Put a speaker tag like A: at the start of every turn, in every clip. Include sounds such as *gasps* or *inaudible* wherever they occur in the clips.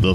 A: The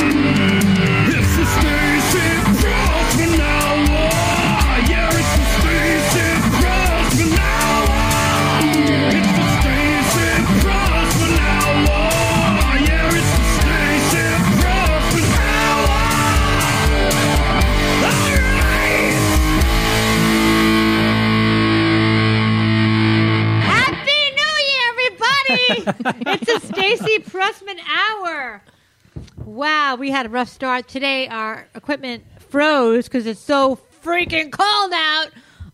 B: It's the Stacey Grossman Hour. ah, Yeah, it's the Stacey Grossman Hour. ah, It's the Stacey Grossman Hour. ah, Yeah, it's the Stacey Grossman Hour.
C: Happy New Year, everybody! it's a Stacy Pressman hour. Wow, we had a rough start today. Our equipment froze because it's so freaking cold out.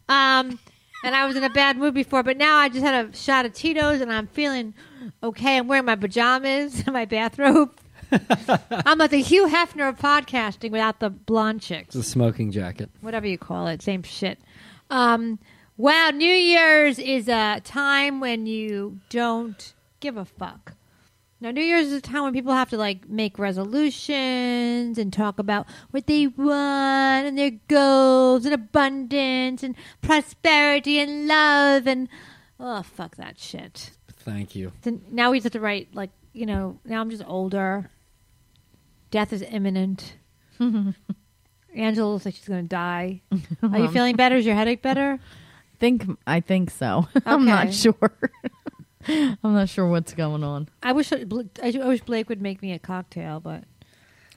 C: Um, and I was in a bad mood before, but now I just had a shot of Tito's and I'm feeling okay. I'm wearing my pajamas *laughs* and my bathrobe. I'm like the Hugh Hefner of podcasting without the blonde chicks
D: The smoking jacket.
C: whatever you call it, same shit. Um, wow, New Year's is a time when you don't give a fuck. Now, New Year's is a time when people have to like make resolutions and talk about what they want and their goals and abundance and prosperity and love and oh fuck that shit.
D: Thank you.
C: So now we just have to write like you know. Now I'm just older. Death is imminent. Angela looks like she's going to die. Are you feeling better? Is your headache better?
E: think I think so. *laughs* I'm
C: Okay.
E: not sure. *laughs* I'm not sure what's going on.
C: I wish I I wish Blake would make me a cocktail, but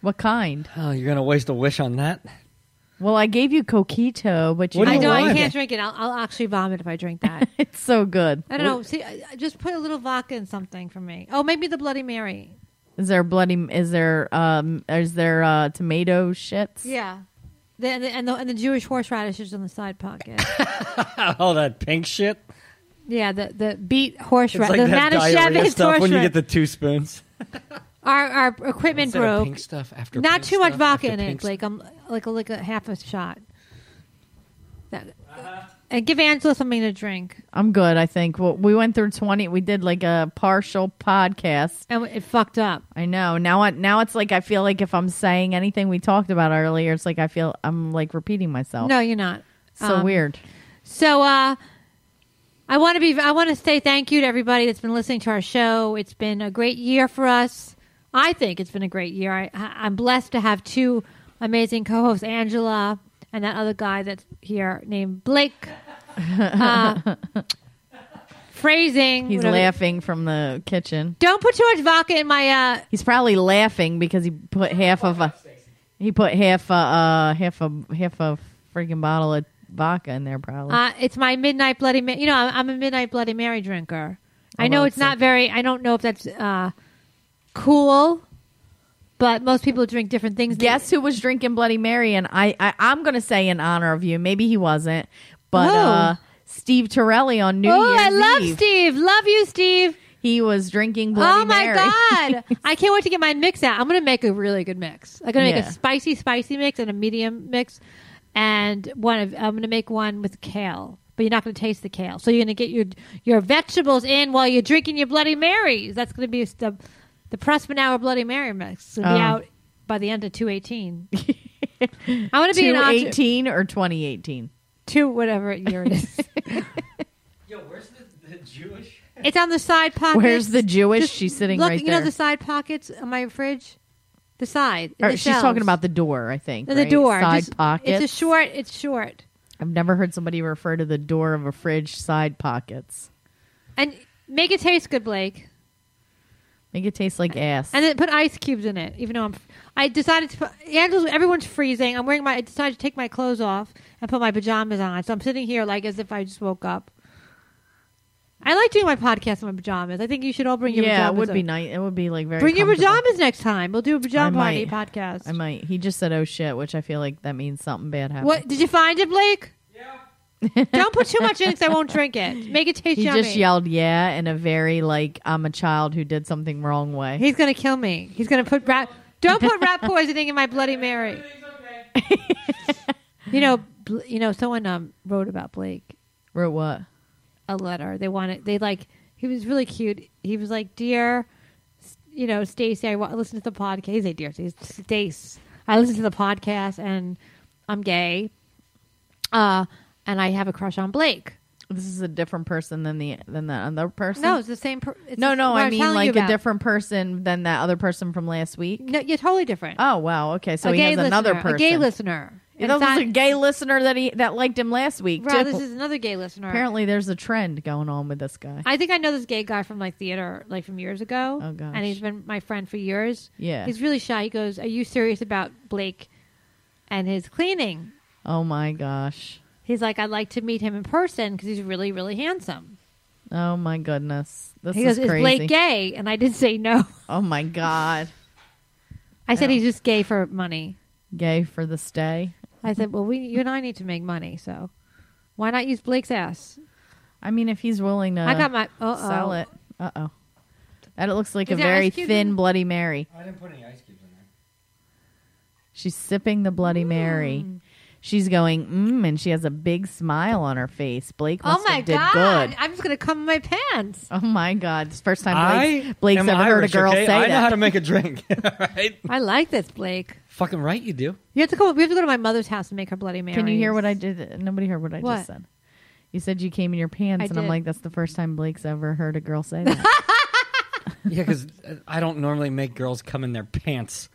E: What kind?
D: Oh, you're gonna waste a wish on that? *laughs*
E: Well, I gave you coquito, but you
D: What do
C: I
D: you
C: know I
D: want?
C: can't drink it. I'll, I'll actually vomit if I drink that.
E: it's so good.
C: I don't know. See, I, I just put a little vodka in something for me. Oh, maybe the Bloody Mary.
E: Is there bloody? Is there um? Is there uh tomato shits?
C: Yeah. The, and, the, and the and the Jewish horseradishes on the side pocket.
D: All that pink shit.
C: yeah, the the beet horseradish.
D: It's like
C: the
D: that diarrhea
C: Manischewitz
D: stuff when you
C: horseradish.
D: get the two spoons.
C: our our equipment
D: Instead of
C: broke.
D: pink stuff after
C: Not
D: pink
C: too much
D: stuff
C: vodka
D: after
C: in
D: pink
C: it.
D: stuff.
C: Like I'm like a, like a half a shot. That- and give Angela something to drink.
E: I'm good. I think. Well, we went through twenty. We did like a partial podcast.
C: And it fucked up.
E: I know. Now, I, now it's like I feel like if I'm saying anything we talked about earlier, it's like I feel I'm like repeating myself.
C: No, you're not.
E: Oh. so
C: Um,
E: weird.
C: So uh I want to be I want to say thank you to everybody that's been listening to our show. It's been a great year for us. I think it's been a great year. I I- I'm blessed to have two amazing co-hosts, Angela and that other guy that's here named
E: *laughs*
C: Blake. Uh, phrasing.
E: He's
C: whatever-
E: laughing from the kitchen.
C: Don't put too much vodka in my uh
E: He's probably laughing because he put half of a he put half a uh, half a half a freaking bottle of vodka in there probably.
C: Uh, it's my midnight bloody. Ma- you know, I'm, I'm a midnight bloody Mary drinker. I
E: Oh,
C: know
E: well,
C: it's
E: it's
C: not very. I don't know if that's uh, cool, but most people drink different things.
E: Guess who was drinking Bloody Mary? And I, I I'm gonna say in honor of you. Maybe he wasn't, but
C: Who?
E: uh, Steve Torelli on New
C: Oh,
E: Year's
C: I love
E: Eve,
C: Steve. Love you, Steve.
E: He was drinking Bloody
C: oh my
E: Mary. *laughs*
C: god, I can't wait to get my mix out. I'm gonna make a really good mix. I'm gonna make
E: Yeah.
C: a spicy, spicy mix and a medium mix, and one. Of, I'm gonna make one with kale. But you're not going to taste the kale, so you're going to get your your vegetables in while you're drinking your Bloody Marys. That's going to be the the Pressman Hour Bloody Mary mix. It'll be
E: Oh.
C: out by the end of two eighteen. *laughs* I want to be an entre-
E: 2018 or 2018.
C: two whatever year it is.
D: Yo, where's the, the Jewish?
C: it's on the side pocket.
E: Where's the Jewish?
C: Just
E: she's sitting
C: Look,
E: right
C: you
E: there.
C: know the side pockets on my fridge, the side. in
E: Or
C: the
E: she's
C: shelves.
E: talking about the door, I think.
C: the
E: right?
C: door
E: side
C: Just-
E: pocket.
C: It's a short. It's short.
E: I've never heard somebody refer to the door of a fridge side pockets.
C: And make it taste good, Blake.
E: Make it taste like ass.
C: And then put ice cubes in it. Even though I'm, I decided to put. Angela's, everyone's freezing. I'm wearing my. I decided to take my clothes off and put my pajamas on. So I'm sitting here like as if I just woke up. I like doing my podcast in my pajamas. I think you should all bring your
E: yeah,
C: pajamas.
E: it would be
C: up.
E: nice. It would be like very.
C: Bring your
E: comfortable.
C: pajamas next time. We'll do a pajama
E: I
C: party
E: might.
C: podcast.
E: I might. He just said, "Oh shit," which I feel like that means something bad happened.
C: What did you find it, Blake? Yeah. Don't put too much in because I won't drink
E: *laughs*
C: it. Make it taste
E: He
C: yummy.
E: just yelled, "Yeah!" in a very like I'm a child who did something wrong way.
C: He's gonna kill me. He's gonna put rat. Don't put
E: *laughs*
C: rat poisoning in my Bloody Mary. you know, Bl- you know, someone um, wrote about Blake
E: Wrote what?
C: a letter. They wanted. They like. He was really cute. He was like, dear, S- you know, Stacy. I wa- listen to the podcast. He's a dear Stace. I listen to the podcast and I'm gay, uh, and I have a crush on Blake.
E: This is a different person than the than that other person.
C: No, it's the same. Per- it's
E: no,
C: the-
E: no.
C: what
E: I
C: I'm
E: mean
C: telling you
E: like a
C: about.
E: different person than that other person from last week.
C: No, you're totally different.
E: Oh wow. Okay, so
C: a
E: he
C: gay
E: has another
C: listener,
E: person.
C: A gay listener.
E: That
C: And it's
E: was
C: not-
E: a gay listener that he that liked him last week.
C: Right,
E: too.
C: this is another gay listener.
E: Apparently, there's a trend going on with this guy.
C: I think I know this gay guy from like theater, like from years ago.
E: Oh, gosh.
C: And he's been my friend for years.
E: Yeah.
C: He's really shy. He goes, "Are you serious about Blake and his cleaning?"
E: oh my gosh.
C: He's like, "I'd like to meet him in person because he's really, really handsome."
E: Oh my goodness. This
C: he
E: is
C: goes,
E: crazy.
C: "Is Blake gay?" And I did say no. *laughs*
E: Oh my god.
C: I said
E: Yeah.
C: he's just gay for money.
E: Gay for the stay.
C: I said, "Well, we, you and I need to make money, so why not use Blake's ass?"
E: I mean, if he's willing to
C: I got my uh-oh.
E: Uh-huh. sell it. Uh oh. That looks like
C: Is
E: a
C: there
E: very
C: ice cubes
E: thin
C: in-
E: Bloody Mary.
D: I didn't put any ice cubes in there.
E: She's sipping the Bloody
C: Mm.
E: Mary. She's going, mmm, and she has a big smile on her face. Blake
C: Oh
E: must
C: my
E: have did
C: god!
E: good.
C: I'm just gonna come in my pants.
E: Oh my god! It's the first time
D: I
E: Blake's, Blake's
D: am
E: ever heard a
D: Irish,
E: girl
D: okay?
E: say
D: I know
E: that.
D: how to make
C: *laughs*
D: a drink. right?
C: I like this, Blake.
D: Fucking right, you do.
C: You have to come. We have to go to my mother's house and make her bloody Mary.
E: Can you hear what I did? Nobody heard what I
C: What?
E: just said. You said you came in your pants,
C: I
E: and
C: did.
E: I'm like, that's the first time Blake's ever heard a girl
C: *laughs*
E: say that.
D: Yeah, because I don't normally make girls come in their pants.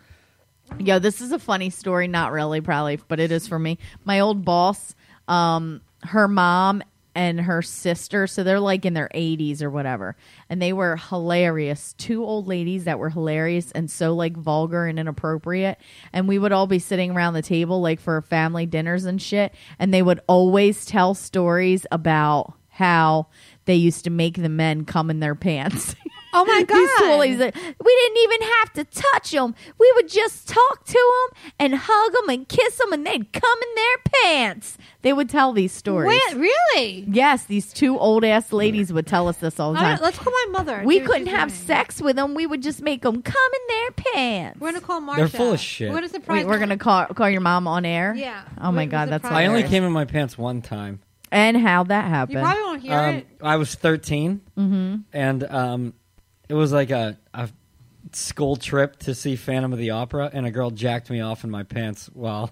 E: Yo, this is a funny story. Not really, probably, but it is for me. My old boss, um, her mom and her sister, so they're like in their 80s or whatever, and they were hilarious. Two old ladies that were hilarious and so like vulgar and inappropriate. And we would all be sitting around the table like for family dinners and shit, and they would always tell stories about how they used to make the men come in their pants.
C: Oh my god!
E: *laughs* These toolies that we didn't even have to touch them. We would just talk to them and hug them and kiss them, and they'd come in their pants. They would tell these stories.
C: Wait, really?
E: Yes, these two old ass ladies would tell us this all the
C: All
E: time.
C: right, let's call my mother. and
E: we
C: see what
E: couldn't
C: she's
E: have
C: doing.
E: sex with them. We would just make them come in their pants.
C: We're gonna call Marsha.
D: They're full of shit.
C: We're gonna
E: Wait,
C: surprise.
E: we're
C: her.
E: gonna call call your mom on air.
C: Yeah.
E: Oh my
C: Wait, was
E: god,
C: it
E: that's
C: private?
D: I only
E: hilarious.
D: came in my pants one time.
E: and how that
C: You
E: happened.
C: probably won't hear
D: Um,
C: it. Mm-hmm.
D: I was 13, and um, it was like a, a school trip to see Phantom of the Opera, and a girl jacked me off in my pants while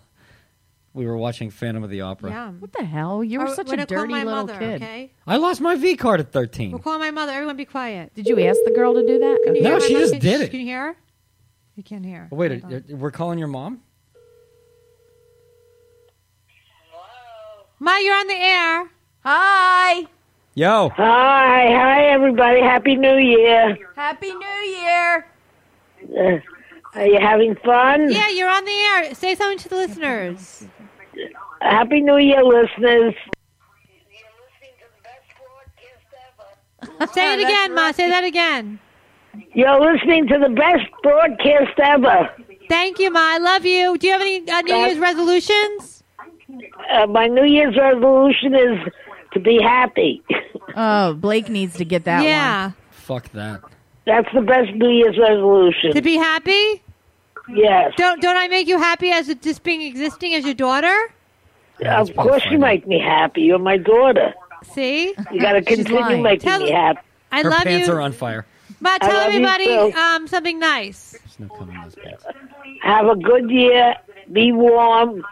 D: we were watching Phantom of the Opera.
C: Yeah.
E: what the hell? You were
C: Or
E: such
C: we're
E: a
C: gonna call
E: dirty
C: my
E: little
C: mother,
E: kid.
C: Okay.
D: I lost my V card at 13.
C: We'll call my mother. Everyone, be quiet.
E: Did you ask the girl to do that?
C: Can you
D: No,
C: hear my
D: she
C: mother?
D: just
C: Can-
D: did it.
C: Can you hear? her? You can't hear.
D: Oh, wait,
C: Hold on.
D: uh, we're calling your mom?
C: Ma, you're on the air.
E: Hi.
D: Yo,
F: Hi, hi everybody. Happy New Year.
E: Happy New Year.
F: Uh, are you having fun?
C: Yeah, you're on the air. Say something
D: *laughs*
C: to the listeners.
F: Happy New Year, listeners.
C: Say it again, Ma. Say that again.
F: You're listening to the best broadcast ever.
C: Thank you, Ma. I love you. Do you have any uh, New Year's resolutions?
F: Uh, my New Year's resolution is to be happy. *laughs*
E: Oh, Blake needs to get that one.
C: yeah.
D: fuck that.
F: That's the best New Year's resolution.
C: To be happy?
F: yes.
C: Don't don't I make you happy as it just being existing as your daughter?
F: Of course you make me happy. You're my daughter.
C: See?
F: You got to
E: She's
F: continue
E: lying.
F: making
C: Tell-
F: me happy.
C: I
D: Her
C: love
D: pants
C: you.
D: are on fire.
C: Ma,
F: I
C: tell
F: love you
C: everybody
F: too.
C: um, something nice.
D: There's no coming in those pants.
F: Have a good year. Be warm.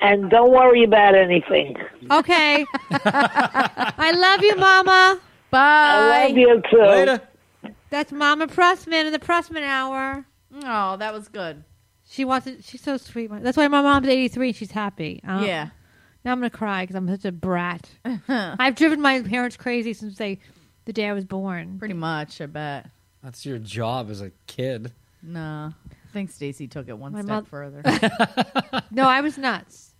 F: And don't worry about anything.
C: Okay. *laughs* I love you, Mama.
F: I
E: Bye.
F: love you too.
D: Later.
C: That's Mama Pressman in the Pressman Hour.
E: Oh, that was good.
C: She wants it. She's so sweet. That's why my mom's 83 and she's happy. Um,
E: Yeah.
C: Now I'm going to cry because I'm such a brat. I've driven my parents crazy since they, the day I was born.
E: Pretty much, I bet.
D: That's your job as a kid.
E: No. I think Stacy took it one
C: My
E: step
C: moth- *laughs*
E: further.
C: No, I was nuts.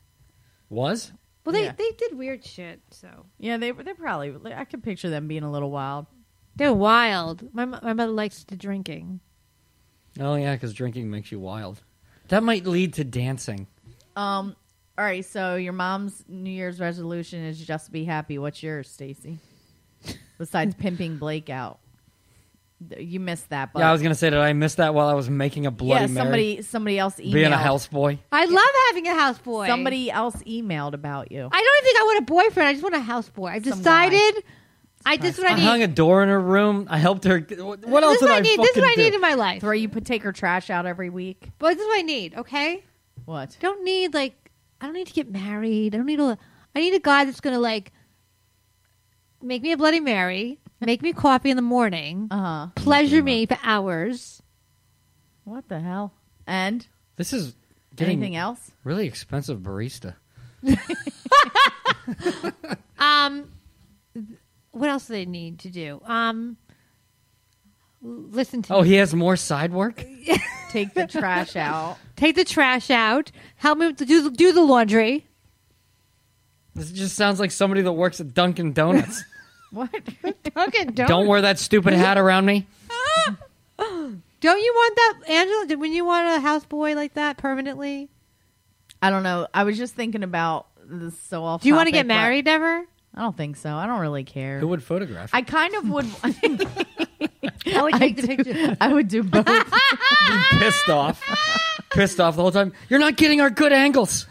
D: Was?
C: Well, they,
E: Yeah.
C: they did weird shit, so.
E: yeah, they they probably I could picture them being a little wild.
C: They're wild. My, mo- my mother likes to drinking.
D: Oh, yeah, because drinking makes you wild. That might lead to dancing.
E: Um all right, so your mom's New Year's resolution is just be happy. What's yours, Stacy? Besides pimping Blake out. Th- You missed that, but
D: yeah, I was going to say, did I miss that while I was making a Bloody
E: Yeah, somebody
D: Mary?
E: somebody else emailed
D: Being a houseboy?
C: I love having a houseboy.
E: Somebody else emailed about you.
C: I don't even think I want a boyfriend. I just want a houseboy. I've
E: Some
C: decided. I this is what I
D: I
C: need.
D: hung a door in her room. I helped her. What what
C: this
D: else
C: is what
D: did I,
C: I need.
D: fucking
C: This is what I
D: do?
C: need in my life.
E: Throw you put take her trash out every week.
C: But this is what I need. Okay.
E: What?
C: don't need like I don't need to get married. I don't need a I need a guy that's gonna like make me a bloody Mary, make me coffee in the morning,
E: Uh huh.
C: pleasure me for hours.
E: What the hell? And
D: This is getting
E: anything else?
D: really expensive barista.
C: Um what else do they need to do? Um l- listen to
D: Oh,
C: me.
D: he has more side work?
E: Take
C: *laughs*
E: the trash out.
C: take the trash out, help me with the, do the, do the laundry.
D: This just sounds like somebody that works at Dunkin' Donuts.
E: What?
C: Okay, *laughs* don't
D: Don't wear that stupid hat around me.
C: Don't you want that Angela? Did when you want a houseboy like that permanently?
E: I don't know. I was just thinking about this is so off.
C: Do you
E: want to
C: get married ever?
E: I don't think so. I don't really care.
D: Who would photograph?
E: I kind of would.
C: *laughs*
E: *laughs*
C: I would
E: I,
C: take the
E: *laughs*
C: picture.
E: do, I would do both.
D: *laughs*
C: *laughs*
D: pissed off. pissed off the whole time. You're not getting our good angles.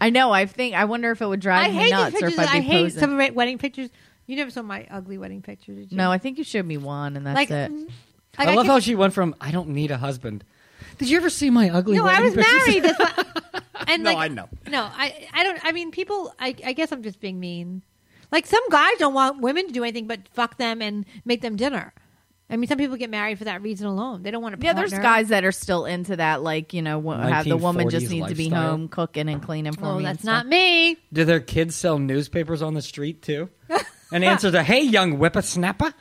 E: I know. I think. I wonder if it would drive
C: I
E: me
C: hate these
E: nuts or
C: pictures.
E: if I'd be
C: I hate
E: posing.
C: some of my wedding pictures. You never saw my ugly wedding picture, did you?
E: no, I think you showed me one, and that's
C: like,
E: it.
C: mm, like,
D: I love
C: could-
D: how she went from I don't need a husband. Did you ever see my ugly
C: No, I
D: wedding
C: was
D: pictures?
C: married. That's why.
E: *laughs*
C: And
D: No,
C: like,
D: I know.
C: No, I, I don't. I mean, people. I, I guess I'm just being mean. Like some guys don't want women to do anything but fuck them and make them dinner. I mean, some people get married for that reason alone. They don't want to.
E: Yeah, there's guys that are still into that. Like you know, wh- have the woman just
D: 1940s
E: needs to be
D: lifestyle.
E: home cooking and cleaning for
C: Oh,
E: me.
C: that's
E: and stuff.
C: not me.
D: Do their kids sell newspapers on the street
E: *laughs*
D: too? And answer to "Hey, young whippersnapper."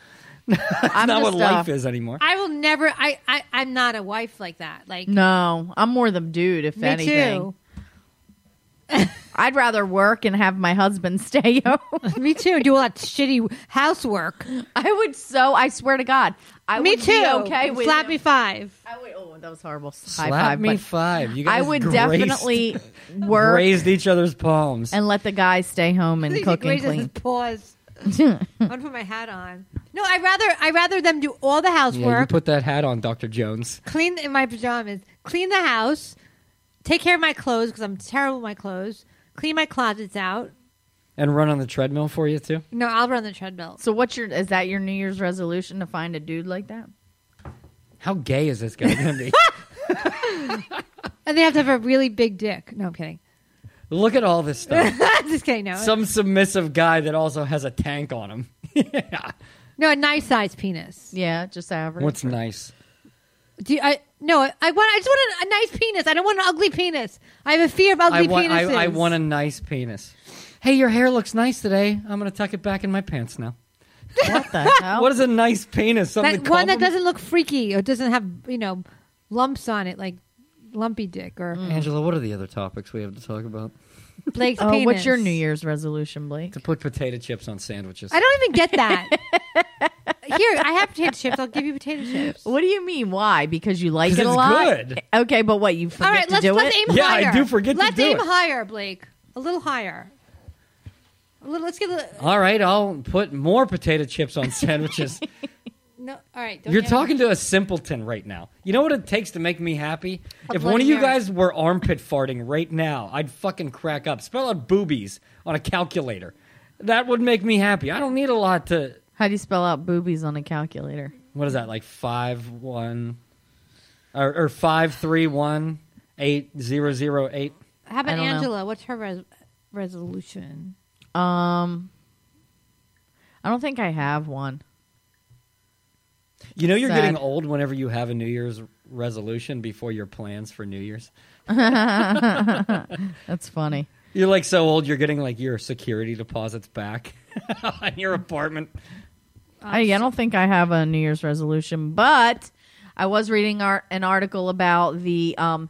E: I'm
D: Not what
E: just, uh,
D: life is anymore.
C: I will never. I, I, I'm not a wife like that. Like
E: No, I'm more the dude. If
C: me
E: anything,
C: too.
E: I'd rather work and have my husband *laughs* stay home.
C: Me too. Do all that shitty housework.
E: I would so. I swear to God, I
C: Me
E: would
C: too.
E: Be okay with
C: Slap
E: him.
C: me five.
E: I would. Oh, that was horrible.
D: Slap
E: High five.
D: me
E: but
D: five. You
E: I
D: guys
E: would
D: graced-
E: definitely work
D: raised each other's palms.
E: and let the guy stay home *laughs* and
C: Please
E: cook and
C: agree to
E: clean.
C: this *laughs*
E: *laughs*
C: Pause. I'm gonna put my hat on. No, I rather I rather them do all the
D: yeah, you
C: housework,
D: put that hat on, Doctor Jones.
C: clean in my pajamas, clean the house, take care of my clothes because I'm terrible with my clothes. Clean my closets out.
D: and run on the treadmill for you too?
C: No, I'll run the treadmill.
E: So what's your is that your New Year's resolution to find a dude like that?
D: How gay is this guy going
E: *laughs*
D: to be?
C: And they have to have a really big dick. No, I'm kidding. *laughs*
D: Look at all this
E: *laughs*
D: stuff.
C: Just kidding. No,
D: Some submissive guy that also has a tank on him. *laughs* yeah.
C: no, a nice sized penis.
E: Yeah, just average.
D: What's nice?
C: Do you, I? No, I, I want. I just want a, a nice penis. I don't want an ugly penis. I have a fear of ugly
D: I want,
C: penises.
D: I, I want a nice penis. Hey, your hair looks nice today. I'm going to tuck it back in my pants now. *laughs*
E: what the hell?
D: What is a nice penis? Something
C: that
D: to
C: one that
D: compliment-
C: doesn't look freaky or doesn't have you know lumps on it like lumpy dick or
D: Angela, what are the other topics we have to talk about? Mm.
C: Blake's
E: Oh,
C: penis.
E: what's your New Year's resolution, Blake?
D: To put potato chips on sandwiches.
C: I don't even get that. *laughs* Here, I have potato chips. I'll give you potato chips.
E: What do you mean? Why? Because you like
D: 'Cause
E: it a
D: it's
E: lot.
D: good.
E: Okay, but what you forget
C: All right,
E: to
C: let's
E: do
C: let's
E: it?
C: aim
D: Yeah, I
C: higher.
D: do forget to
C: Let's
D: do
C: aim
D: it.
C: higher, Blake. A little higher. A little, let's get a little.
D: All right, I'll put more potato chips
C: *laughs*
D: on sandwiches.
C: No, all right. Don't
D: You're
C: get-
D: talking to a simpleton right now. You know what it takes to make me happy? if one
C: Bloody
D: of you
C: Mary.
D: guys were armpit farting right now, I'd fucking crack up. Spell out boobies on a calculator. That would make me happy. I don't need a lot to.
E: How do you spell out boobies on a calculator?
D: What is that? Like five one, or, or five three one eight zero zero eight.
C: How about
E: I don't know.
C: Angela? What's her res- resolution?
E: Um, I don't think I have one.
D: You know you're
E: Sad.
D: getting old whenever you have a New Year's resolution before your plans for New Year's.
E: That's funny.
D: You're like so old. You're getting like your security deposits back *laughs* on your apartment.
E: I, I don't think I have a New Year's resolution, but I was reading ar- an article about the um,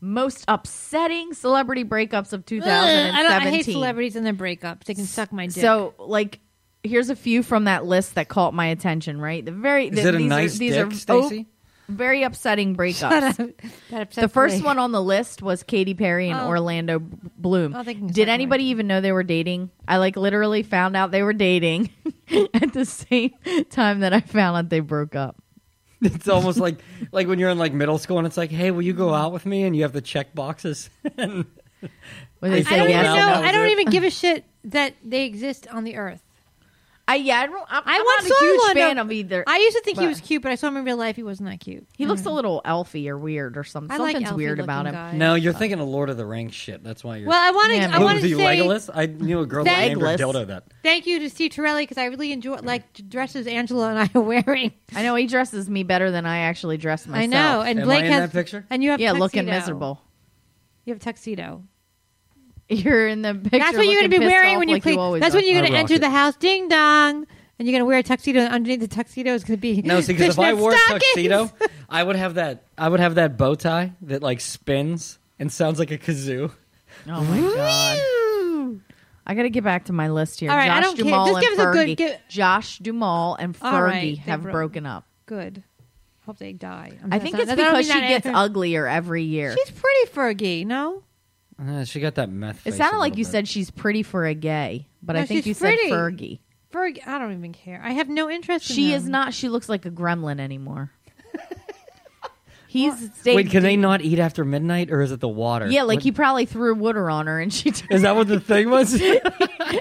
E: most upsetting celebrity breakups of
C: Ugh,
E: 2017.
C: I, don't, I hate celebrities and their breakups. They can suck my dick.
E: *laughs* So, like, here's a few from that list that caught my attention. Right, the very
D: Is
E: the,
D: it a
E: these
D: nice
E: are, these
D: dick,
E: are
D: Stacy?
E: oh, very upsetting breakups.
C: That upsets
E: The first
C: me.
E: *laughs* one on the list was Katy Perry and
C: Oh.
E: Orlando B- Bloom.
C: Oh, they can suck
E: Did
C: my
E: anybody even know they were dating? I like literally found out they were dating *laughs* at the same time that I found out they broke up.
D: It's almost like like when you're in like middle school and it's like, hey, will you go out with me? And you have the check boxes. *laughs*
E: Where they
C: I
E: say
C: don't even
E: yes.
D: now
C: know.
E: or no.
D: that
C: *laughs*
D: was
C: I don't
D: it.
C: even give a shit that they exist on the earth.
E: I yeah, I don't. I'm,
C: I
E: I'm
C: once
E: not
C: saw
E: a huge
C: one
E: fan
C: of-
E: of either.
C: I used to think
E: but-
C: he was cute, but I saw him in real life. He wasn't that cute.
E: he looks a little elfy or weird or something.
C: I like
E: Something's weird
C: elfy-looking
E: about him.
C: guys.
D: No, you're thinking of Lord of the Rings shit. That's why you're.
C: Well, I want to.
E: Yeah,
C: I
E: but-
C: want
D: was he
C: to say
D: Legolas? I knew a girl that named her
E: Legolas.
D: Dildo that.
C: thank you to Steve Torelli because I really enjoy like the dresses Angela and I are
D: *laughs*
C: wearing.
E: I know he dresses me better than I actually dress myself.
C: I know, and
D: Am
C: Blake
D: I in
C: has
D: that picture?
C: and you have
E: yeah,
C: tuxedo.
E: looking miserable. *laughs*
C: You have tuxedo.
E: You're in the picture.
C: that's what you're going
E: going to
C: to be wearing when you
E: like
C: play.
E: You always
C: that's
E: are.
C: when you're going
D: I
C: to
D: rock
C: enter
D: it.
C: the house, ding dong, and you're going to wear a tuxedo. And underneath the tuxedo is going to be
D: No, see, because if I
C: fishnet
D: wore a
C: stockings.
D: *laughs*
C: *laughs*
D: tuxedo, I would have that. I would have that bow tie that like spins and sounds like a kazoo.
E: Oh my god!
C: Ooh.
E: I got to get back to my list here.
C: All right,
E: Josh
C: I don't care.
E: Duhamel
C: Just
E: and
C: give us a
E: Fergie.
C: good- give-
E: Josh Duhamel and
C: All
E: Fergie
C: right, they
E: have
C: broke.
E: broken up.
C: Good. Hope they die.
E: I think it's
C: That don't
E: because she
C: mean that
E: gets
C: answer.
E: uglier every year.
C: She's pretty Fergie, no?
D: Uh, she got that meth.
E: It
D: face a
E: sounded like
D: little
E: you
D: bit.
E: said she's pretty for a gay, but I
C: No,
E: think
C: she's
E: you
C: pretty.
E: said Fergie.
C: Fergie. I don't even care. I have no interest. in
E: She
C: them.
E: is not. She looks like a gremlin anymore. *laughs* He's stayed.
D: Wait, can they not eat after midnight, or is it the water?
E: Yeah, like
D: What-
E: he probably threw water on her, and she turned,
D: *laughs* Is that what the thing was?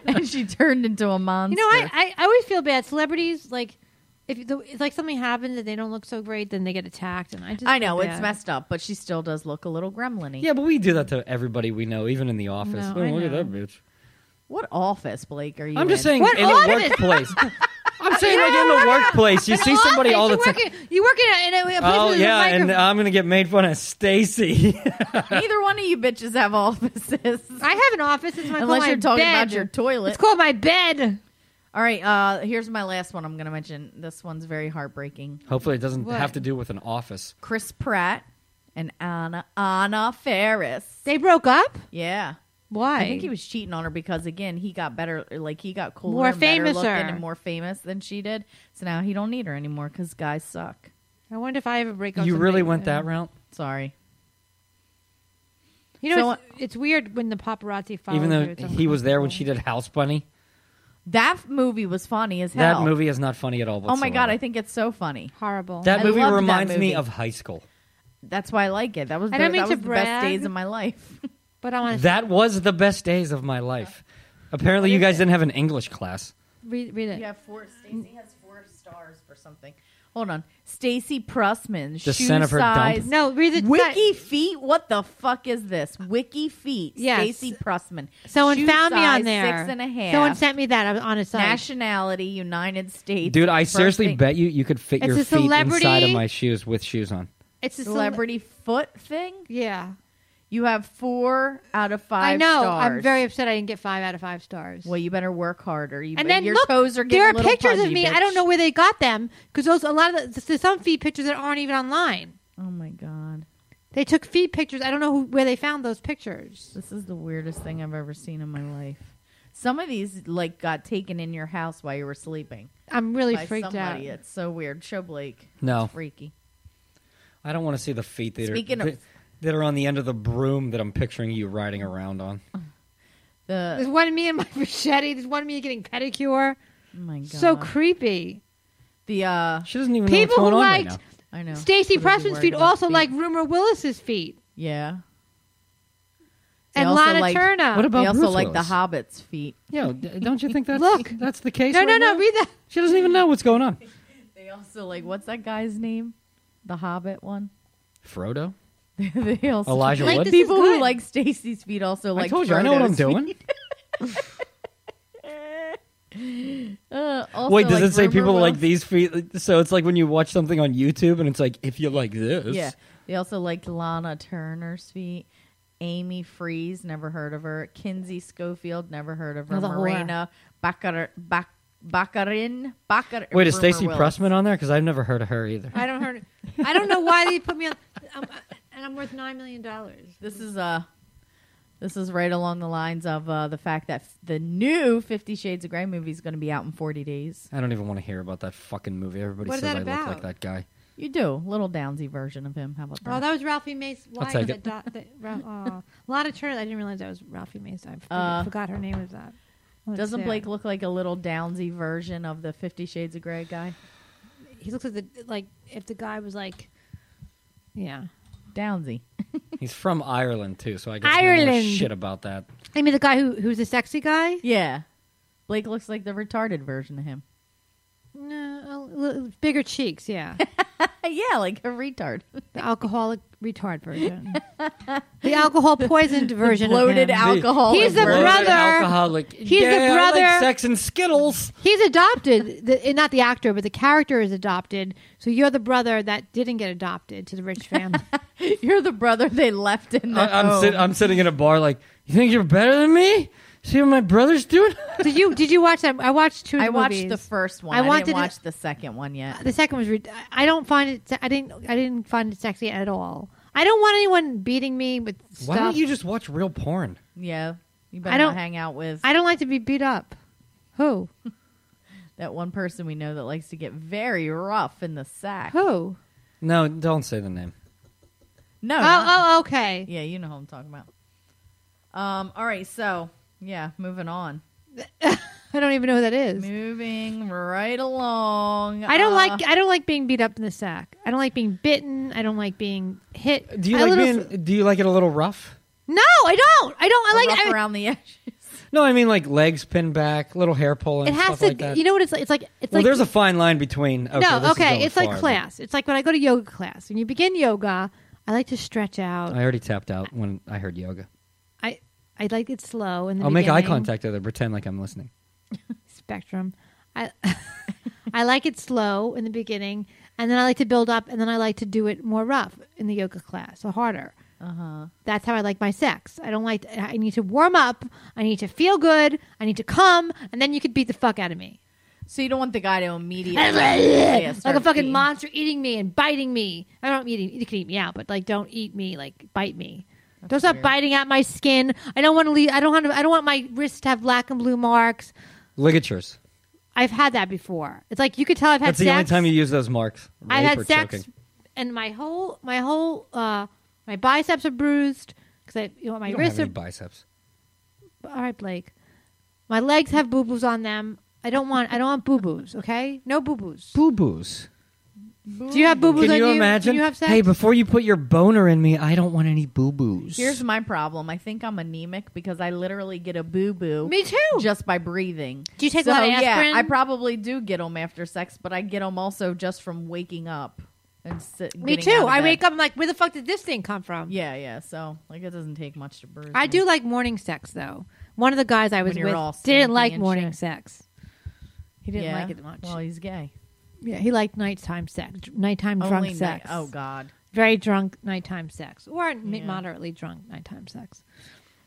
E: and she turned into a monster.
C: You know, I, I, I always feel bad. Celebrities like if the, it's like something happens and they don't look so great, then they get attacked, and I just
E: I know
C: feel
E: it's
C: bad.
E: messed up, but she still does look a little gremlin-y.
D: yeah, but we do that to everybody we know, even in the office.
C: No,
D: oh,
C: I
D: look at
C: know.
D: that bitch.
E: What office, Blake? Are you?
D: I'm just saying,
E: in?
C: What
D: in
C: office?
D: the workplace. I'm saying, like in the workplace, you see somebody all the
C: you
D: time.
C: Work in, you work in a, in a, a place
D: Oh
C: with a
D: yeah,
C: microphone.
D: and I'm gonna get made fun of, Stacy. *laughs*
E: Neither one of you bitches have offices, *laughs*
D: uh,
C: I have an office. It's my called
E: unless
C: my
E: you're talking
C: bed.
E: about your toilet.
C: It's called my bed.
E: All right, uh, here's my last one. I'm going to mention this one's very heartbreaking.
D: Hopefully, it doesn't
C: What?
D: have to do with an office.
E: Chris Pratt and Anna Anna Ferris.
C: They broke up.
E: Yeah.
C: Why?
E: I think he was cheating on her because again he got better, like he got cooler,
C: More
E: and better
C: famouser.
E: looking and more famous than she did. So now he don't need her anymore because guys suck.
C: I wonder if I ever break up.
D: you
C: somebody.
D: really went that route,
E: Sorry.
C: You know,
E: So-
C: it's, it's weird when the paparazzi follows.
D: even
C: her, it's
D: though he was there when she did House Bunny.
E: That movie was funny as hell.
D: That movie is not funny at all.
E: Oh my god, I
D: whatsoever.
E: think it's so funny.
C: horrible.
D: that
E: I
D: movie
E: loved that
D: reminds me
E: movie.
D: of high school.
E: That's why I like it. That was
C: I
E: the,
C: don't mean
E: that
C: to
E: was the best
C: brag.
E: days of my life. *laughs*
C: but I want to
D: That was the best days of my life. Apparently, you guys didn't have an English class.
C: read, read it.
E: You have four. Stacy has four stars for something. Hold on, Stacy Prussman.
D: The
E: shoe
D: scent of her dump?
E: size.
C: No, read it.
E: Wiki feet. What the fuck is this? Wiki feet.
C: Yes.
E: Stacy Prussman.
C: Someone
E: Shoe
C: found me
E: size,
C: on there.
E: Six and a half.
C: Someone sent me that I was on a site.
E: nationality United States.
D: Dude, I
E: First
D: seriously
E: thing-
D: bet you you could fit
C: It's
D: your
C: a
D: feet inside of
C: celebrity-
D: my shoes with shoes on.
C: it's a cele-
E: celebrity foot thing.
C: Yeah,
E: You have four out of five.
C: I know.
E: Stars.
C: I'm very upset. I didn't get five out of five stars.
E: Well, you better work harder. You,
C: and then
E: your
C: look,
E: toes are getting
C: there
E: a
C: are
E: little
C: pictures of
E: pudgy,
C: me. I
E: bitch.
C: don't know where they got them because those a lot of the, there's some feet pictures that aren't even online.
E: Oh my god,
C: They took feet pictures. I don't know who, where they found those pictures.
E: this is the weirdest thing I've ever seen in my life. Some of these like got taken in your house while you were sleeping.
C: I'm really
E: by
C: freaked out.
E: somebody. It's so weird. Show Blake.
D: No.
E: It's freaky.
D: I don't want to see the feet that
E: Speaking
D: are
E: of-
D: that, that are on the end of the broom that I'm picturing you riding around on.
E: The
C: There's one of me in my *laughs* machete. There's one of me getting pedicure.
E: oh my god.
C: So creepy.
E: the uh,
D: She doesn't even
C: People
D: know what's
C: who
D: going on
C: liked
D: right now.
E: I know
C: Stacy
E: What are you
C: Pressman's
E: worried
C: feet
E: about
C: also
E: feet?
C: like Rumor Willis's feet
E: yeah. They
C: and
E: also
C: Lana
E: like-
C: Turner.
D: What about
E: they also
D: Bruce
E: like
D: Willis?
E: the Hobbit's feet.
D: Yeah, d- don't you think that's
C: Look.
D: that's the case?
C: no, no,
D: right
C: no.
D: now?
C: Read that.
D: She doesn't even know what's going on.
E: They also like what's that guy's name? The Hobbit one. *laughs*
D: Frodo,
E: they also
D: Elijah
C: Like
D: Wood.
C: this is
E: people who
C: good.
E: like Stacy's feet also like.
D: I told you, I know what I'm
E: Frodo's feet.
D: doing.
E: Uh, also
D: Wait, does
E: like
D: it say
E: Rumor
D: people
E: Willis-
D: like these feet? So it's like when you watch something on YouTube and it's like if you like this,
E: Yeah, they also liked Lana Turner's feet. Amy Freeze, never heard of her. Kinsey Schofield, never heard of her.
C: Another whore.
E: Marina Baccarin, Bac- Baccarin, Baccarin.
D: Wait, is
E: Rumor
D: Stacy
E: Willis.
D: Pressman on there? Because I've never heard of her either.
C: I don't heard. I don't know why they put me on. I'm, uh, and I'm worth nine million dollars.
E: This is uh this is right along the lines of uh, the fact that f- the new Fifty Shades of Grey movie is going to be out in 40 days.
D: I don't even want to hear about that fucking movie. Everybody
C: What is
D: says I
C: that
D: look
C: about?
D: like that guy.
E: You do little Downsy version of him. How about that?
C: Oh, that was Ralphie Mace. Why
D: take
C: that,
D: it.
C: dot- that,
D: *laughs*
C: Ra- oh. Lana Turner. I didn't realize that was Ralphie Mace. I forgot,
E: Uh,
C: forgot her name was that. Oh, it's
E: Doesn't
C: sad.
E: Blake look like a little Downsy version of the Fifty Shades of Grey guy?
C: He looks like the like if the guy was like, yeah.
E: Downsy.
D: He's from Ireland too, so I guess we don't know
C: Ireland.
D: shit about that.
C: I mean, the guy who who's the sexy guy.
E: Yeah. Blake looks like the retarded version of him.
C: No, a little- bigger cheeks.
E: *laughs*
C: Yeah,
E: Uh, yeah, like a *laughs* retard.
C: the alcoholic retard
E: *laughs*
C: version, the alcohol poisoned version,
E: bloated
C: of him.
E: out- Alcohol
C: He's
E: and
C: the
E: bloated
C: brother.
D: Alcoholic.
C: He's the
D: Yeah, I like
C: brother-
D: sex and Skittles.
C: He's adopted, the, and not the actor, but the character is adopted. So you're the brother that didn't get adopted to the rich
E: *laughs*
C: family.
E: You're the brother they left in the
D: I, am
E: home.
D: sit, I'm sitting in a bar like, you think you're better than me? See what my brother's doing? *laughs*
C: did you Did you watch that? I watched two. of
E: I
C: the
E: watched
C: movies.
E: the first one.
C: I
E: I,
C: wanted to-
E: didn't watch the second one yet.
C: The second was. Re- I don't find it. se- I didn't. I didn't find it sexy at all. I don't want anyone beating me with stuff.
D: Why don't you just watch real porn?
E: Yeah, you better
C: I
E: not
C: don't-
E: hang out with
C: I don't like to be beat up. Who?
E: that one person we know that likes to get very rough in the sack. No,
C: Who?
D: No, don't say the name.
E: no.
D: Uh-huh.
C: Oh, oh, okay.
E: yeah, you know who I'm talking about. Um. All right. So yeah, moving on,
C: I don't even know who that is.
E: moving right along.
C: I don't
E: Uh,
C: like. I don't like being beat up in the sack. I don't like being bitten. I don't like being hit.
D: Do you
C: I
D: like
C: little-
D: being, do you like it a little rough?
C: No, I don't. I don't. I
E: the
C: like.
E: rough
C: I,
E: around the edges. *laughs*
D: No, I mean like legs pinned back, little hair pulling.
C: it has
D: stuff
C: to.
D: Like that.
C: you know what it's like? It's like. It's
D: well,
C: like
D: there's a fine line between. Okay, this
C: no.
D: is
C: Okay,
D: going
C: it's like
D: far, but-
C: class. It's like when I go to yoga class. When you begin yoga, I like to stretch out.
D: I already tapped out when I heard yoga.
C: I I like it slow and
D: I'll make eye contact with her, pretend like I'm listening.
C: spectrum. I *laughs* I like it slow in the beginning, and then I like to build up, and then I like to do it more rough in the yoga class, so harder.
E: Uh huh.
C: That's how I like my sex. I don't like. I need to warm up. I need to feel good. I need to come, and then you could beat the fuck out of me
E: So you don't want the guy
C: *laughs*
E: to immediately Oh, yeah,
C: like
E: start
C: a fucking
E: peeing.
C: monster eating me and biting me. I don't eat. You can eat me out, but like, don't eat me. Like, bite me. don't stop
E: weird.
C: biting at my skin. I don't want to leave. I don't want to. I don't want my wrists to have black and blue marks.
D: Ligatures.
C: I've had that before. It's like you could tell I've had
D: That's the
C: sex.
D: only time you use those marks.
C: I've
D: Rape
C: had
D: or
C: sex,
D: choking.
C: and my whole my whole uh my biceps are bruised because I you know my
D: You don't have
C: wrists are.
D: any biceps.
C: All right, Blake. My legs have boo boos on them. I don't want. I don't want boo boos. Okay, no boo boos.
D: Boo boos.
C: Do you have boo boos?
D: Can
C: on
D: you
C: you
D: imagine?
C: Do you have sex?
D: Hey, before you put your boner in me, I don't want any boo boos.
E: Here's my problem. I think I'm anemic because I literally get a boo boo.
C: Me too.
E: Just by breathing.
C: Do you take a
E: so,
C: lot of aspirin?
E: Yeah, I probably do get them after sex, but I get them also just from waking up and sit.
C: Me
E: getting out
C: too.
E: of
C: I
E: bed.
C: wake up I'm like, where the fuck did this thing come from?
E: Yeah, yeah. So like it doesn't take much to bruise.
C: I
E: me.
C: do like morning sex though. One of the guys I was
E: you're all
C: with
E: stinky
C: didn't like
E: and
C: morning
E: shit.
C: sex. He didn't
E: Yeah.
C: like it much.
E: Well, he's gay.
C: yeah, he liked nighttime sex, nighttime drunk
E: Only ni-
C: sex.
E: oh God.
C: very drunk nighttime sex, or m-
E: Yeah.
C: moderately drunk nighttime sex.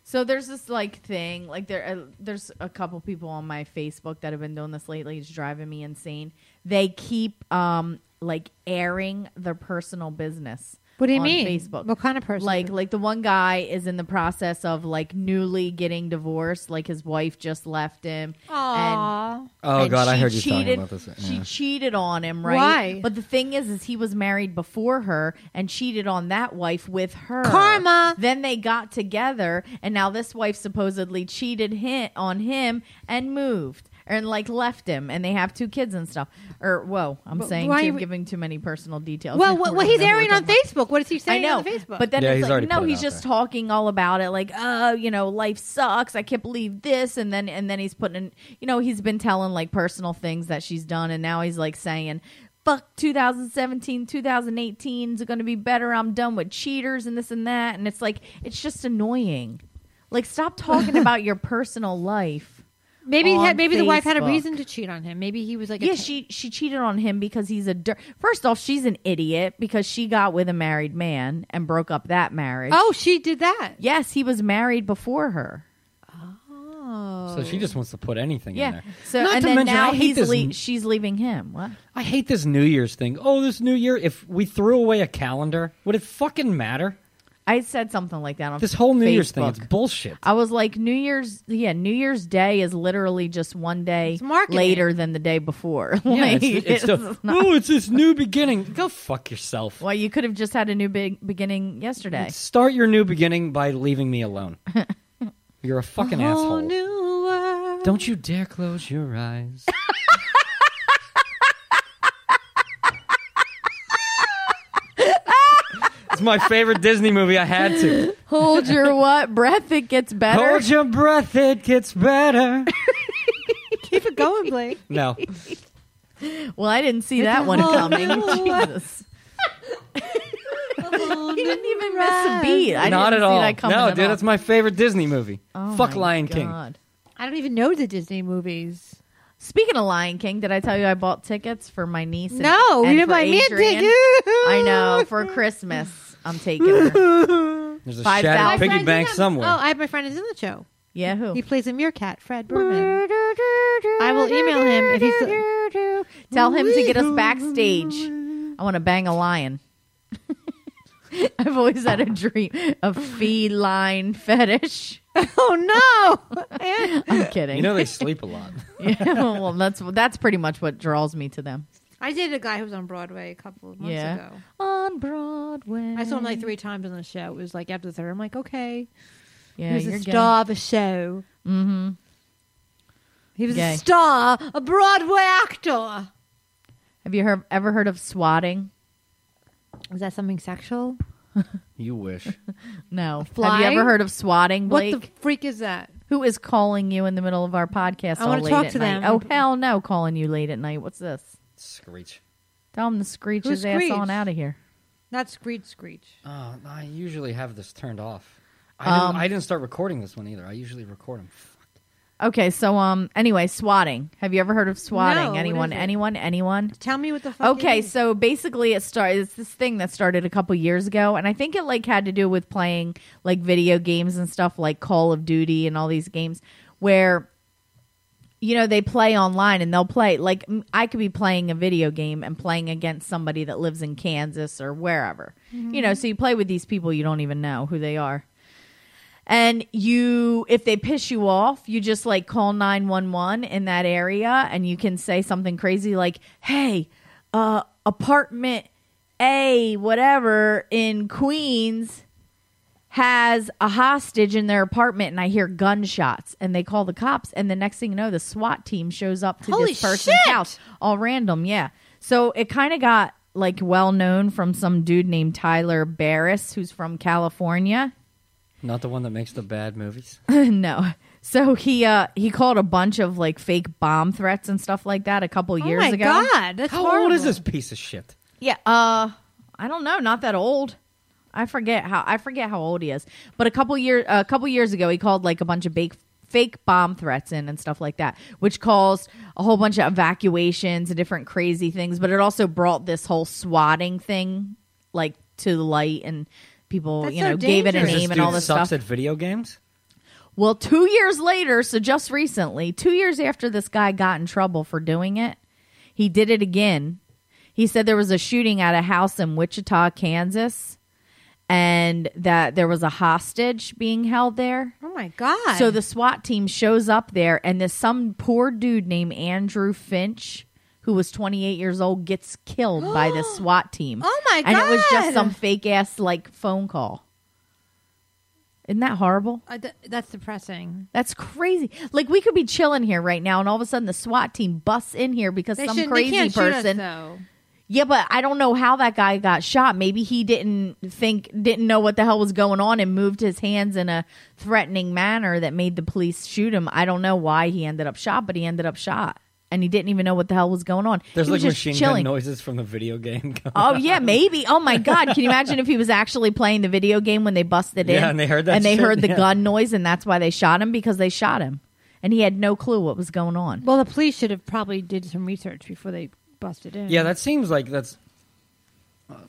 E: So there's this like thing, like there, uh, there's a couple people on my Facebook that have been doing this lately. It's driving me insane. They keep um like airing their personal business.
C: What do you
E: on
C: mean?
E: Facebook.
C: What kind of person?
E: Like, like the one guy is in the process of like newly getting divorced. Like his wife just left him. And
C: Aww.
D: oh
E: and
D: God, I
E: she
D: heard you
E: cheated-
D: talking about this.
E: She
D: Yeah.
E: cheated on him, right?
C: Why?
E: But the thing is, is he was married before her and cheated on that wife with her.
C: Karma.
E: Then they got together, and now this wife supposedly cheated him on him and moved. And like left him, and they have two kids and stuff. Or whoa, I'm
C: But
E: saying
C: why
E: too,
C: are we-
E: giving too many personal details.
C: well,
E: We're
C: well, well, he's
E: gonna- we're
C: airing on
E: talking about-
C: Facebook. What is he
E: I
C: saying
E: know,
C: on Facebook?
E: but then
D: Yeah, he's
E: it's
D: already
E: like no,
D: put it
E: he's
D: out
E: just
D: there.
E: talking all about it, like oh, you know, life sucks. I can't believe this, and then and then he's putting, in, you know, he's been telling like personal things that she's done, and now he's like saying. Fuck 2017, 2018 is going to be better. I'm done with cheaters and this and that. And it's like, it's just annoying. Like,
D: *laughs*
E: stop talking about your personal life.
C: maybe
E: on
C: had, maybe the wife had a
E: Facebook.
C: reason to cheat on him. Maybe he was like, a
E: Yeah,
C: ta-
E: she she cheated on him because he's a dirt. First off, she's an idiot because she got with a married man and broke up that marriage.
C: Oh, she did that.
E: Yes, he was married before her.
C: Oh,
D: So she just wants to put anything in
E: Yeah.
D: there.
E: So
D: Not
E: and
D: to
E: then
D: mention,
E: now
D: I hate
E: he's
D: this-
E: le- she's leaving him. What?
D: I hate this New Year's thing. Oh, this New Year. If we threw away a calendar, would it fucking matter?
E: I said something like that on
D: This whole New Year's thing,
E: Facebook.
D: it's bullshit.
E: I was like New Year's, yeah. New Year's Day is literally just one day
C: It's marketing.
E: later than the day before. *laughs*
D: Yeah,
E: Like,
D: it's, it's still, *laughs*
E: it's not-
D: oh, it's this new beginning. Go fuck yourself.
E: *laughs* well, you could have just had a new big beginning yesterday.
D: Start your new beginning by leaving me
E: *laughs*
D: alone. You're a fucking asshole.
C: new world.
D: Don't you dare close your
E: *laughs*
D: eyes. it's my favorite Disney movie. I had to. *laughs*
E: Hold your what breath? It gets better.
D: Hold your breath, it gets better.
C: going, Blake.
D: No.
E: Well, I didn't see
D: *laughs*
E: that one
C: Oh,
E: coming.
C: no.
E: Jesus.
C: Oh,
E: You didn't even miss a beat. I
D: Not
E: didn't
D: at
E: see
D: all.
E: That coming
D: no,
E: at
D: dude,
E: all.
D: that's my favorite Disney movie.
E: Oh
D: Fuck
E: my
D: Lion King.
E: God.
C: I don't even know the Disney movies.
E: Speaking of Lion King, did I tell you I bought tickets for my niece? and-
C: No,
E: and
C: you didn't
E: for
C: buy me a
E: Adrian?
C: ticket.
E: I know for Christmas. I'm taking her.
D: There's a
C: *laughs* My
E: Five
D: shattered
E: thousand.
D: piggy
C: friend's
D: bank
C: in the-
D: somewhere.
C: Oh, I have my friend is in the show.
E: Yeah, who?
C: He plays a meerkat, Fred Berman. I will email him *laughs* if he's.
E: Tell him to get us backstage. I want to bang a lion. *laughs* I've always had a dream of feline fetish.
C: Oh no! Eh. *laughs*
E: I'm kidding.
D: you know they sleep a lot.
E: yeah, *laughs* well, that's that's pretty much what draws me to them.
C: I dated a guy who was on Broadway a couple of months
E: Yeah.
C: ago.
E: On Broadway,
C: I saw him like three times on the show. It was like after the third, I'm like, okay,
E: Yeah,
C: he was
E: you're
C: a
E: gay.
C: star of a show. Mm-hmm. He was
E: Gay.
C: a star, a Broadway actor.
E: Have you heard, ever heard of swatting?
C: Is that something sexual?
D: You wish. *laughs*
E: No.
C: fly?
E: Have you ever heard of swatting, Blake?
C: What the freak is that?
E: Who is calling you in the middle of our podcast?
C: I
E: all
C: wanna
E: late
C: talk
E: at
C: to
E: night?
C: them.
E: Oh hell no, calling you late at night. What's this?
D: Screech.
E: Tell him to screech
C: Who
E: his ass on
C: screeched?
E: out of here.
C: Not screech, screech.
D: Oh, no, I usually have this turned off. I
E: Um,
D: didn't, I didn't start recording this one either. I usually record them.
E: Okay, so um, anyway, swatting. Have you ever heard of swatting?
C: No, what
E: anyone?
C: is it?
E: Anyone? Anyone?
C: Tell me what the fuck. it
E: *laughs*
C: *laughs*
E: Okay,
C: is.
E: so basically it started it's this thing that started a couple years ago and I think it like had to do with playing like video games and stuff like Call of Duty and all these games where you know they play online and they'll play like m- I could be playing a video game and playing against somebody that lives in Kansas or wherever. You know, so you play with these people you don't even know who they are and you if they piss you off you just like call 911 in that area and you can say something crazy like hey uh apartment a whatever in queens has a hostage in their apartment and i hear gunshots and they call the cops and the next thing you know the swat team shows up to
C: Holy
E: this person's
C: shit!
E: house all random yeah so it kind of got like well known from some dude named tyler barris who's from california
D: Not the one that makes the bad movies.
E: no. So he uh he called a bunch of like fake bomb threats and stuff like that a couple
C: oh
E: years
C: my
E: ago.
C: god, that's
D: How
C: horrible.
D: old is this piece of shit?
E: Yeah. Uh I don't know, not that old. I forget how I forget how old he is. But a couple year a couple years ago he called like a bunch of fake fake bomb threats in and stuff like that, which caused a whole bunch of evacuations and different crazy things, but it also brought this whole swatting thing like to the light and people,
C: That's
E: you
C: so
E: know, gave it a
C: dangerous.
E: name
D: This
E: and
D: dude
E: all this
D: sucks
E: stuff.
D: at video games.
E: Well, two years later, so just recently, two years after this guy got in trouble for doing it, he did it again. He said there was a shooting at a house in Wichita, Kansas, and that there was a hostage being held there.
C: Oh my god.
E: So the SWAT team shows up there, and this some poor dude named Andrew Finch, who was 28 years old, gets killed by
C: *gasps*
E: the SWAT team.
C: Oh my
E: And it was just
C: God.
E: some fake ass like phone call. Isn't that horrible?
C: Uh, th- that's depressing.
E: That's crazy. Like we could be chilling here right now, and all of a sudden the SWAT team busts in here because
C: They
E: some
C: shouldn't-
E: crazy
C: they can't shoot us,
E: person.
C: though.
E: yeah, but I don't know how that guy got shot. Maybe he didn't think, didn't know what the hell was going on, and moved his hands in a threatening manner that made the police shoot him. I don't know why he ended up shot, but he ended up shot, and he didn't even know what the hell was going on.
D: There's
E: he
D: like
E: was just
D: machine
E: chilling.
D: gun noises from the video game. *laughs* going
E: Oh yeah, maybe. Oh my God! Can you imagine if he was actually playing the video game when they busted in?
D: Yeah, and they heard that
E: and they
D: shit,
E: heard the
D: yeah.
E: gun noise, and that's why they shot him because they shot him, and he had no clue what was going on.
C: Well, the police should have probably did some research before they busted in.
D: Yeah, that seems like that's.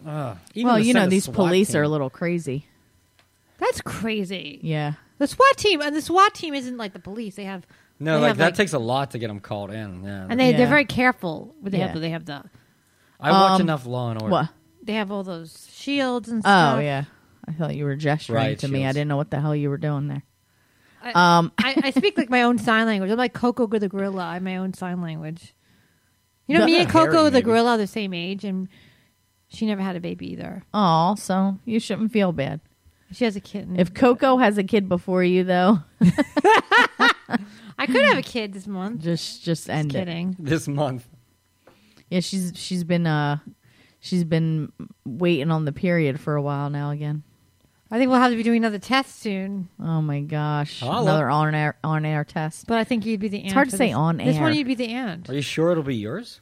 D: Uh, even
E: Well,
D: to
E: you
D: send
E: know
D: a
E: these
D: SWAT
E: police
D: team-
E: are a little crazy.
C: that's crazy.
E: Yeah,
C: The SWAT team and the SWAT team isn't like the police. They have
D: No,
C: they
D: like
C: have,
D: that takes a lot to get them called in. Yeah,
C: and they
E: Yeah.
C: they're very careful. With they
E: Yeah.
C: have they have the
D: I watch
E: um,
D: enough Law and Order.
E: what?
C: they have all those shields and
E: Oh
C: stuff.
E: yeah, I thought you were gesturing
D: Riot
E: to me. I
D: shields.
E: didn't know what the hell you were doing there.
C: I,
E: Um,
C: I, I speak like my own sign language. I'm like Coco the gorilla. I'm my own sign language. You know,
E: Yeah.
C: me and Coco
D: Hairy,
C: the
D: maybe.
C: gorilla are the same age, and she never had a baby either.
E: oh, so you shouldn't feel bad.
C: She has a kitten.
E: If Coco has a kid before you, though,
C: I could have a kid this month.
E: just *laughs* just end
C: Just
E: it.
C: kidding.
D: *laughs* This month,
E: Yeah, she's she's been uh she's been waiting on the period for a while now again.
C: I think we'll have to be doing another test soon.
E: Oh my gosh.
D: Holla.
E: Another on air on air test.
C: But I think you'd be the aunt.
E: hard
C: for
E: to say
C: this.
E: on
C: This one
E: air.
C: you'd be the aunt.
D: Are you sure it'll be yours?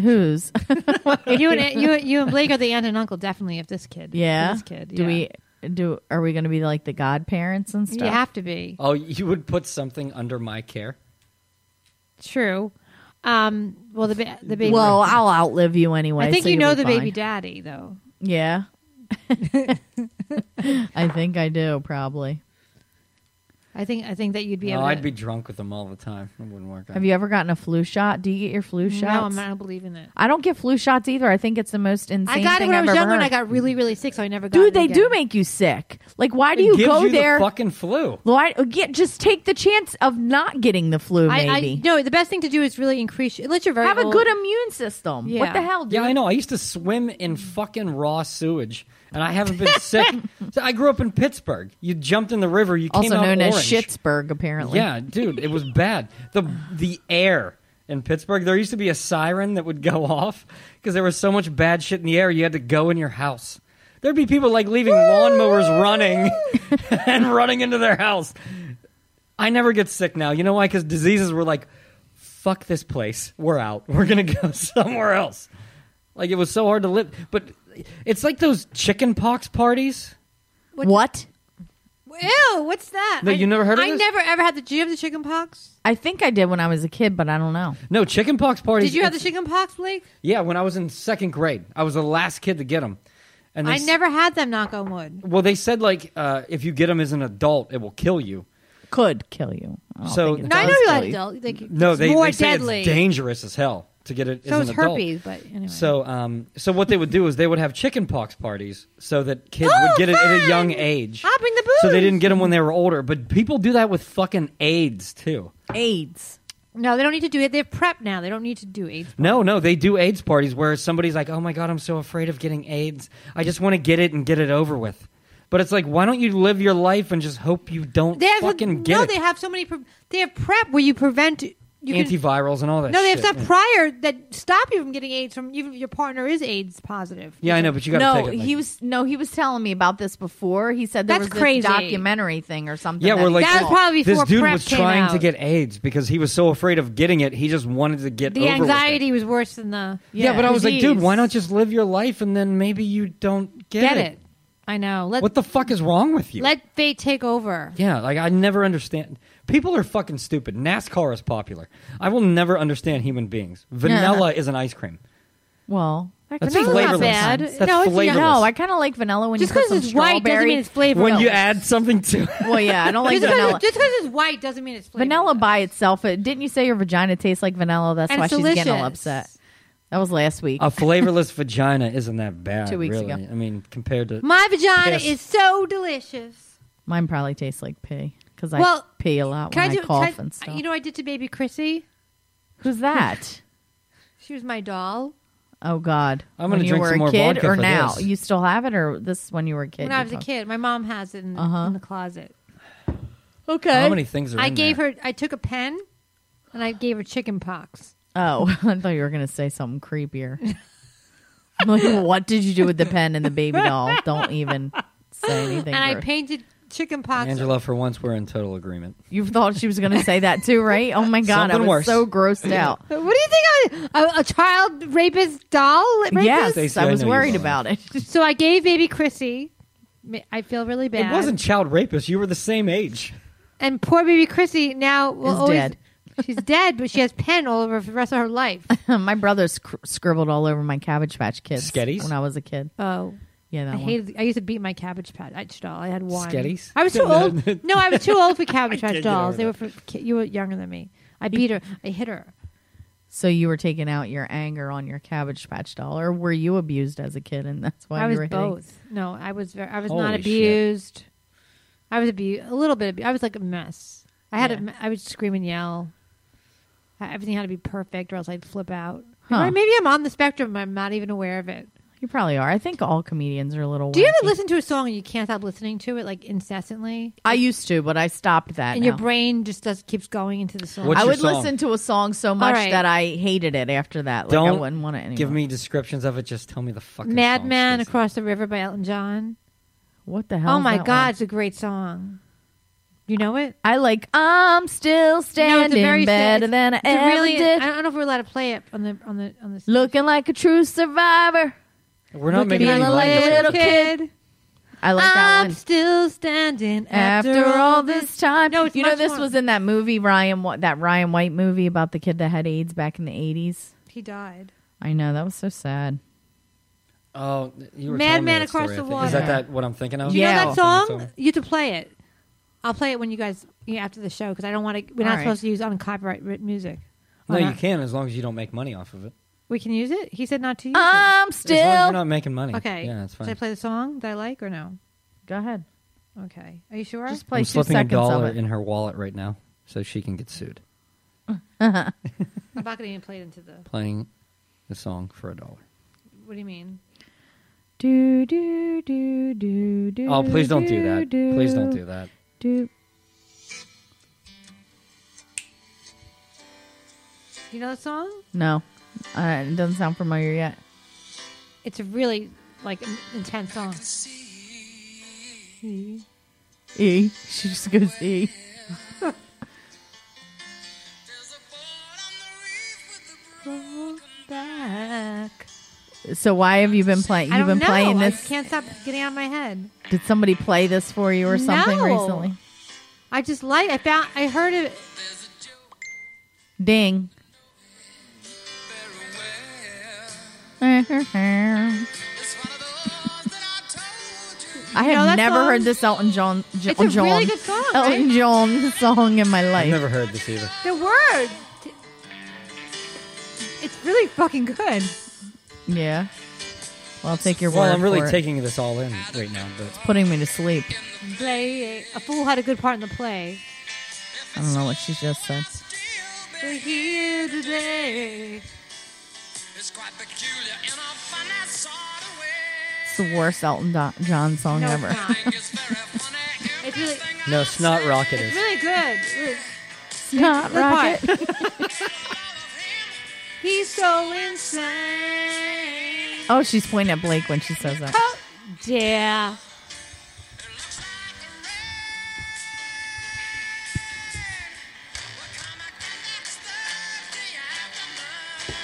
E: Who's?
C: you and *laughs* you, you and Blake are the aunt and uncle definitely of this kid.
E: *laughs* yeah.
C: Of this kid.
E: Do
C: yeah.
E: we do are we gonna be like the godparents and stuff?
C: You have to be
D: Oh, you would put something under my care?
C: true. Um. Well, the ba- the baby.
E: Well, I'll outlive you anyway.
C: I think
E: so
C: you
E: you'll
C: know
E: be
C: the baby
E: fine.
C: daddy though. *laughs*
E: Yeah. I think I do, probably.
C: I think I think that you'd be
D: No,
C: able.
D: Oh, I'd
C: to,
D: be drunk with them all the time. It wouldn't work. out.
E: Have you ever gotten a flu shot? Do you get your
C: No,
E: flu
C: I'm
E: shots?
C: not believing it.
E: I don't get flu shots either. I think it's the most insane
C: I got it
E: thing
C: when I
E: I've
C: was
E: ever
C: younger, and
E: heard.
C: I got really really sick, so I never got.
E: Dude,
C: it
E: they
C: again.
E: do make you sick. Like, why do
D: It
E: you
D: gives
E: go
D: you
E: there?
D: The fucking flu.
E: Why yeah, just take the chance of not getting the flu?
C: I, I
E: Maybe
C: no. The best thing to do is really increase. Let your very
E: have a
C: old-
E: good immune system. What
C: Yeah.
E: the hell? Dude?
D: Yeah, I know. I used to swim in fucking raw sewage, and I haven't
E: *laughs*
D: been sick. So I grew up in Pittsburgh. You jumped in the river. You came
E: Also
D: out
E: known
D: orange.
E: as Schittsburg, apparently.
D: Yeah, dude, it was bad. The the air in Pittsburgh, there used to be a siren that would go *laughs* off because there was so much bad shit in the air. You had to go in your house. There'd be people like leaving lawnmowers running *laughs* and running into their house. I never get sick now. You know why? Because diseases were like, fuck this place. We're out. *laughs* We're gonna go somewhere else. Like it was so hard to live. But it's like those chicken pox parties.
E: What?
C: Ew, what's that?
D: No,
C: I-
D: you never heard of
C: I
D: this?
C: never ever had the. Do you have the chicken pox?
E: I think I did when I was a kid, but I don't know.
D: No, chicken pox parties.
C: Did you have the
D: it's-
C: chicken pox, Blake?
D: Yeah, when I was in second grade, I was the last kid to get them. And they
C: I
D: s-
C: never had them. Knock on wood.
D: Well, they said like uh, if you get them as an adult, it will kill you.
E: Could kill you. I don't
D: So-
E: think it
C: No, I
E: does
C: know you
E: kill
C: had adult. Like,
D: No,
C: it's
D: they,
C: more
D: they say
C: deadly.
D: it's dangerous as hell to get it.
C: So
D: as
C: is
D: an adult.
C: herpes, but anyway.
D: So, um, so what they would do is they would have chicken pox parties so that kids
C: Oh,
D: would get it at a
C: fun!
D: young age.
C: I'll bring the
D: So they
C: booze.
D: didn't get them when they were older, but people do that with fucking AIDS too.
E: AIDS.
C: no, they don't need to do it. They're prepped now. They don't need to do AIDS.
D: No, no, they do AIDS parties where somebody's like, "Oh my god, I'm so afraid of getting AIDS. I just want to get it and get it over with." But it's like, why don't you live your life and just hope you don't
C: They have
D: fucking get
C: no.
D: it?
C: They have so many. Pre- they have prep where you prevent. You can,
D: Antivirals and all that.
C: no, they have
D: shit.
C: stuff prior that stop you from getting AIDS. From even if your partner is AIDS positive.
D: Yeah, I know, but you got to
E: No,
D: take it. like-
E: he was no, he was telling me about this before. He said there
C: That's
E: was
C: crazy.
E: this documentary thing or something.
D: Yeah,
E: that
D: we're
E: he
D: like
C: That was
E: saw.
C: probably
D: this
C: before
D: dude
C: PrEP
D: was
C: came
D: trying to
C: out.
D: get AIDS because he was so afraid of getting it, he just wanted to get
C: The
D: over with it.
C: anxiety was worse than the.
D: Yeah, but I was like, dude,
C: disease.
D: why not just live your life and then maybe you don't get,
C: get it? I know. Let
D: What the fuck is wrong with you?
C: let fate take over.
D: yeah, like I never understand. People are fucking stupid. NASCAR is popular. I will never understand human beings. Vanilla is an ice cream.
E: well.
D: That's
C: Vanilla's
D: flavorless.
C: not bad.
D: That's
C: No, it's-
D: flavorless.
E: No, I kind of like vanilla when
C: Just
E: you put
C: because
E: some
C: it's white doesn't mean
E: strawberry-
C: it's flavorless.
D: when you add something
C: *laughs*
D: to it.
E: Well, yeah, I don't like
C: just
E: vanilla.
C: because it's white doesn't mean it's flavorless.
E: Vanilla by itself, it, didn't you say your vagina tastes like vanilla? That's
C: And
E: why
C: it's
E: she's getting all
C: delicious.
E: upset. That was last week.
D: a flavorless vagina isn't that bad.
E: Two weeks
D: really.
E: ago.
D: I mean, compared to
C: My vagina
D: Yes.
C: is so delicious.
E: Mine probably tastes like pee because I
C: Well,
E: pee a lot when I,
C: do?
E: cough
C: can I-
E: and stuff.
C: You know, what I did to baby Chrissy.
E: Who's that?
C: *laughs* She was my doll
E: Oh God!
D: I'm
E: When
D: gonna
E: you
D: drink
E: were
D: some
E: a
D: more
E: kid
D: vodka
E: or
D: for
E: now?
D: this.
E: You still have it or this is when you were a kid?
C: when
E: you
C: I was a
E: took-
C: kid. My mom has it in,
E: Uh-huh.
C: in the closet.
E: Okay.
D: how many things are
C: I
D: in
C: gave
D: there?
C: her. I took a pen, and I gave her chicken pox.
E: Oh, *laughs* I thought you were gonna say something creepier. I'm like, what did you do with the pen and the baby doll? Don't even say anything.
C: And I
E: gross.
C: painted chicken pox.
D: Angela, for once, we're in total agreement.
E: you thought she was gonna say that too, right? Oh my God! I
D: Something
E: was
D: worse.
E: so grossed out.
C: What do you think? I, a, a child rapist doll rapist?
E: Yes,
D: Stacey,
E: I
D: I
E: was
D: know you
E: worried
D: were.
E: about it. *laughs*
C: So I gave baby Chrissy. ma- I feel really bad.
D: It wasn't child rapist. You were the same age.
C: And poor baby Chrissy now will
E: Is
C: always.
E: dead.
C: She's dead, but she has pen all over for the rest of her
E: *laughs*
C: life.
E: My brother sc- scribbled all over my Cabbage Patch Kids
D: Sketties?
E: when I was a kid.
C: Oh.
E: Yeah, that
C: I
E: one.
C: hated. I used to beat my Cabbage Patch doll. I had one.
D: Sketties?
C: I was too
D: *laughs* No, no.
C: old. No, I was too old
D: *laughs*
C: for Cabbage
D: can't
C: Patch
D: get over
C: dolls. They
D: that.
C: were for ki- you were younger than me. I beat her. I hit her.
E: So you were taking out your anger on your Cabbage Patch doll, or were you abused as a kid, and that's why
C: I
E: you
C: was
E: were hitting-
C: both. No, I was very. I was
D: Holy
C: not
D: shit.
C: abused. I was abused a little bit. Abused. I was like a mess. I had. A, I would scream and yell. I, everything had to be perfect, or else I'd flip out.
E: Huh.
C: Or maybe I'm on the spectrum. I'm not even aware of it.
E: You probably are. I think all comedians are a little.
C: Do you
E: wacky.
C: ever listen to a song and you can't stop listening to it like incessantly,
E: I used to, but I stopped that.
C: and your
E: now.
C: brain just does keeps going into the song?
D: What's
E: I
D: your
E: would
D: song?
E: listen to a song so much
C: right.
E: that I hated it after that. Like I
D: Don't
E: wouldn't want it anymore.
D: Give me descriptions of it. Just tell me the fucking. songs,
C: Madman
D: Stacey.
C: Across the River by Elton John.
E: what the hell?
C: Oh
E: is
C: my
E: that
C: God,
E: one?
C: it's a great song. You know it?
E: I like I'm still
C: No, it's a
E: standing
C: very sad-
E: better than I
C: it's a
E: ever
C: really,
E: did.
C: I don't know if we're allowed to play it on the on the on the.
E: Looking like a true survivor.
D: We're not
C: Look at
D: making
C: me
D: any
C: like
D: money.
C: a
E: money.
C: little kid.
E: I like that
C: I'm
E: one.
C: still standing
E: After, all this time,
C: No, it's
E: you know
C: much
E: this
C: more-
E: was in that movie Ryan, Wh- that Ryan White movie about the kid that had AIDS back in the eighties.
C: He died.
E: I know that was so sad.
D: Oh, you were
C: Mad
D: telling me
C: Man
D: that
C: Across
D: story,
C: the
D: I think. Is that,
E: Water.
D: that what I'm thinking of?
C: Do you
E: Yeah.
C: know that
D: I think
C: song?
D: so.
C: You have to play it. I'll play it when you guys you know, after the show because I don't want to. We're not
E: All right.
C: supposed to use uncopyright writ- music.
D: No,
C: Or
D: you
C: not.
D: can as long as you don't make money off of it.
C: We can use it. He said not to use
E: I'm
D: As long as you're
E: still.
D: not making money.
C: it. Okay.
D: Yeah, that's fine.
C: Should I play the song that I like or no?
E: Go ahead.
C: Okay. Are you sure?
E: Just play
D: I'm
E: two
D: slipping a
E: seconds
D: dollar
E: of it.
D: in her wallet right now so she can get sued.
C: I'm not going to even play it into the.
D: Playing the song for a dollar.
C: What do you mean?
E: Do do do do do.
D: Oh, please don't do that. Please don't do that.
E: Do.
C: Do you know the song?
E: No, uh, it doesn't sound familiar yet.
C: It's a really like in- intense song.
E: E. She just goes E.
C: Back.
E: So why have you been playing?
C: I
E: You've
C: don't
E: been
C: know.
E: playing
C: I
E: this.
C: can't stop getting out of my head.
E: Did somebody play this for you or something
C: No.
E: recently?
C: I just like. I found. I heard it.
E: Ding. I
C: know
E: have
C: that
E: never
C: song?
E: heard this Elton John. Jo-
C: It's a
E: John,
C: really good song,
E: Elton
C: right?
E: John song in my life.
D: I've never heard this either.
C: The word. It's really fucking good.
E: yeah. Well, I'll take your
D: Well,
E: word.
D: I'm really
E: for it.
D: taking this all in right now, but
E: putting me to sleep.
C: Play it. a fool had a good part in the play.
E: I don't know what she just said.
C: We're here today.
E: It's the worst Elton Do- John song
C: No,
E: ever.
C: it's not.
E: *laughs*
C: It's really,
D: no, Snot Rocket
C: it's
D: is.
C: really good. Really-
E: It's not
C: the part.
E: rocket.
C: *laughs* He's so insane.
E: Oh, she's pointing at Blake when she says that.
C: Oh, yeah.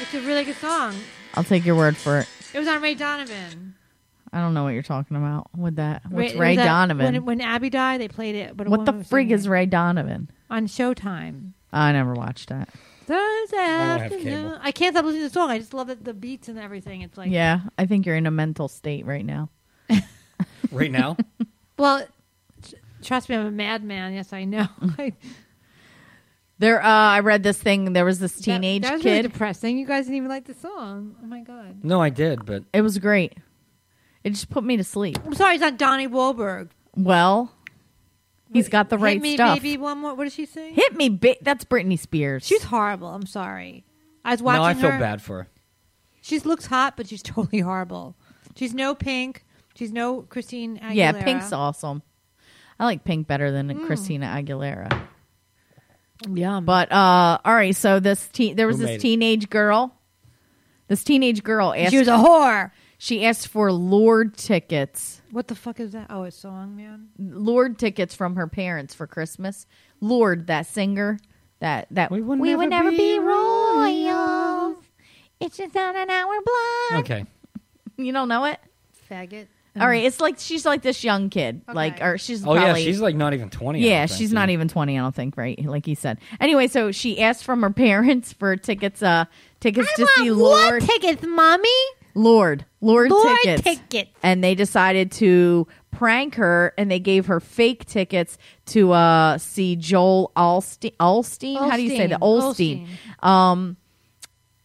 C: It's a really good song.
E: I'll take your word for it.
C: It was on Ray Donovan.
E: I don't know what you're talking about with that. What's
C: it
E: Ray,
C: was that-
E: Donovan?
C: When, when Abby died, they played it. But a
E: what the
C: woman was
E: frig
C: singing
E: is
C: it
E: Ray Donovan?
C: on Showtime?
E: I never watched that.
C: Thursday
D: have
C: afternoon.
D: cable.
C: I can't stop listening to the song. I just love it, the beats and everything. It's like,
E: Yeah, I think you're in a mental state right now.
D: Right now?
C: well, tr- trust me, I'm a madman. Yes, I know. *laughs* Like,
E: There, uh, I read this thing. There was this
C: that-
E: teenage
C: that, was really
E: kid.
C: depressing. You guys didn't even like the song. Oh my god.
D: No, I did, but
E: it was great. It just put me to sleep.
C: I'm sorry, it's not Donnie Wahlberg.
E: Well, he's got the right
C: Hit me,
E: stuff.
C: baby. One more. What does she sing?
E: Hit me, ba- that's Britney Spears.
C: She's horrible. I'm sorry. I was watching
D: no, I feel
C: her.
D: bad for her.
C: She looks hot, but she's *laughs* totally horrible. She's no Pink. She's no Christine Aguilera.
E: yeah, Pink's awesome. I like Pink better than
C: Mm.
E: Christina Aguilera.
C: Yum.
E: But uh, all right, so this teen, there was
D: Who made
E: this
D: it?
E: teenage girl. This teenage girl asked.
C: She was a whore.
E: She asked for Lord tickets,
C: What the fuck is that? Oh, a song, man.
E: Lord tickets from her parents for Christmas. Lord, that singer, that that
D: We would never be
E: royals. It's just on an hour block.
D: Okay.
E: You don't know it.
C: Faggot.
E: All right, it's like she's like this young kid, like
C: Okay.
E: or she's
D: Oh, yeah,
E: probably
D: she's like not even 20. I
E: Yeah,
D: don't think,
E: she's
D: so-
E: not even 20, I don't think, right? Like he said. Anyway, so she asked from her *laughs* parents for tickets uh tickets to see Lord
C: tickets, mommy?
E: Lord Lord,
C: Lord
E: tickets.
C: tickets.
E: And they decided to prank her and they gave her fake tickets to uh see Joel Alstein Alstein, how do you say that? Olstein.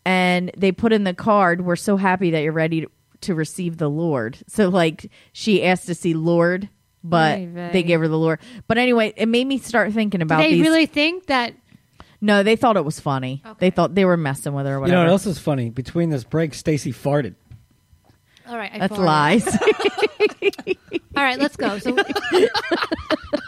E: And they put in the card, "We're so happy that you're ready to, to receive the Lord." So like she asked to see Lord but
C: Oy vey.
E: they gave her the Lord. But anyway, it made me start thinking about
C: They
E: these.
C: really think that
E: No, they thought it was funny. They thought they were messing with her or
D: You
E: whatever.
D: know what else is funny? Between this break, Stacy farted.
C: All right, I
E: That's
C: farted.
E: lies.
C: All right, let's go.
E: *laughs*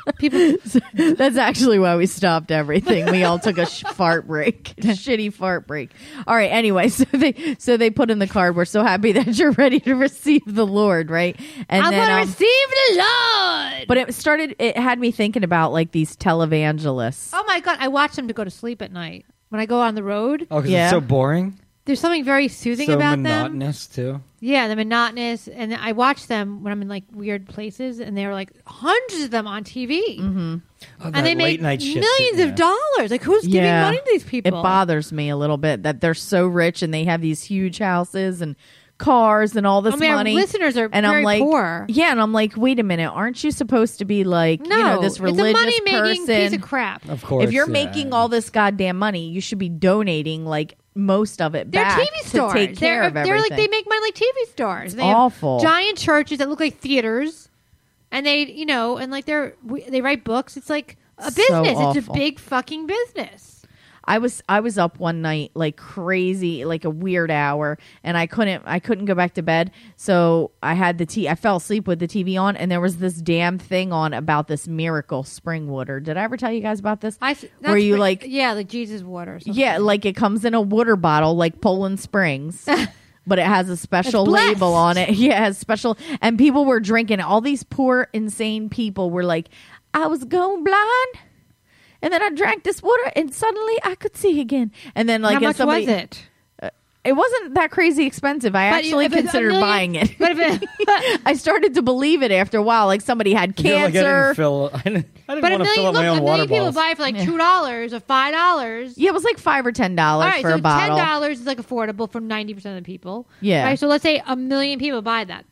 C: So people,
E: That's actually why we stopped everything. We all took a *laughs* sh- fart break, shitty fart break. All right. Anyway, *laughs* so they so they put in the card. We're so happy that you're ready to receive the Lord, right? And
C: I'm
E: then,
C: gonna
E: um,
C: receive the Lord.
E: but it started. It had me thinking about like these televangelists.
C: oh my god, I watch them to go to sleep at night when I go on the road.
D: Oh, because
E: Yeah.
D: it's so boring,
C: There's something very soothing
D: so
C: about them.
D: monotonous too.
C: Yeah, they're monotonous, and I watch them when I'm in like weird places, and there are like hundreds of them on TV,
E: Mm-hmm.
D: Oh, that
C: and they make
D: late night shit
C: millions
D: sitting
C: of
D: there.
C: dollars. Like, who's giving
E: Yeah.
C: money to these people?
E: It bothers me a little bit that they're so rich and they have these huge houses and cars and all this
C: I mean, our
E: money.
C: listeners are
E: and I'm
C: very
E: like,
C: poor.
E: yeah, and I'm like, wait a minute, aren't you supposed to be like,
C: no,
E: you know, this
C: it's
E: religious
C: a money-making
E: person?
C: piece of crap.
D: Of course,
E: if you're
D: yeah.
E: making all this goddamn money, you should be donating like most of it
C: They're
E: back
C: TV stars.
E: to take care
C: they're,
E: of
C: they're
E: everything.
C: like they make money like TV stars. They have
E: awful.
C: giant churches that look like theaters, and they you know and like they're we- they write books. It's like a
E: So
C: business. it's a
E: awful.
C: big fucking business.
E: I was I was up one night like crazy, like a weird hour, and I couldn't I couldn't go back to bed. So I had the t I fell asleep with the TV on, and there was this damn thing on about this miracle spring water. Did I ever tell you guys about this?
C: I s-
E: Were
C: that's
E: you
C: what-
E: like
C: yeah like Jesus water? Or something.
E: yeah, like it comes in a water bottle like
C: *laughs*
E: Poland Springs. But it has a special
C: It's blessed.
E: label on it. *laughs* Yeah, it has special. And people were drinking. All these poor, insane people were like, I was going blind. And then I drank this water and suddenly I could see again. And then, like,
C: How
E: if
C: much
E: somebody,
C: was it?
E: It wasn't that crazy expensive. I
C: But you-
E: actually
C: if it's a
E: considered
C: million- *laughs*
E: buying it. *laughs*
C: But if it,
E: I started to believe it after a while. Like, somebody had
D: I feel like I
E: cancer.
D: didn't fill. *laughs* I didn't, I
C: but
D: didn't
C: a
D: want to
C: million look,
D: fill up my
C: a
D: own water
C: million people
D: bottles.
C: buy it for like two dollars or five dollars.
E: yeah, it was like 5 or $10
C: All right,
E: for
C: so
E: a bottle.
C: ten dollars is like affordable for ninety percent of the people.
E: Yeah.
C: Right. So let's say a million people buy that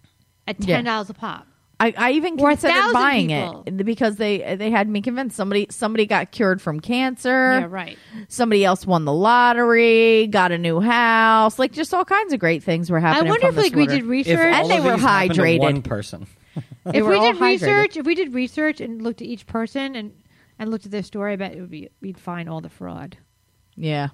C: at
E: Yeah.
C: ten dollars a pop.
E: I, I even
C: Or a
E: considered
C: thousand
E: buying
C: people.
E: it because they they had me convinced somebody somebody got cured from cancer.
C: Yeah. Right.
E: Somebody else won the lottery, got a new house, like just all kinds of great things were
C: I
E: happening.
C: wonder
E: from
C: if
E: this
C: like we
E: water.
C: did research
D: If all
E: And they
D: of
E: were
D: these happened to One
E: hydrated.
D: person.
E: They
C: if
E: were
C: we
E: all
C: did
E: hydrated.
C: research, if we did research and looked at each person and and looked at their story, I bet it would be we'd find all the fraud.
E: Yeah.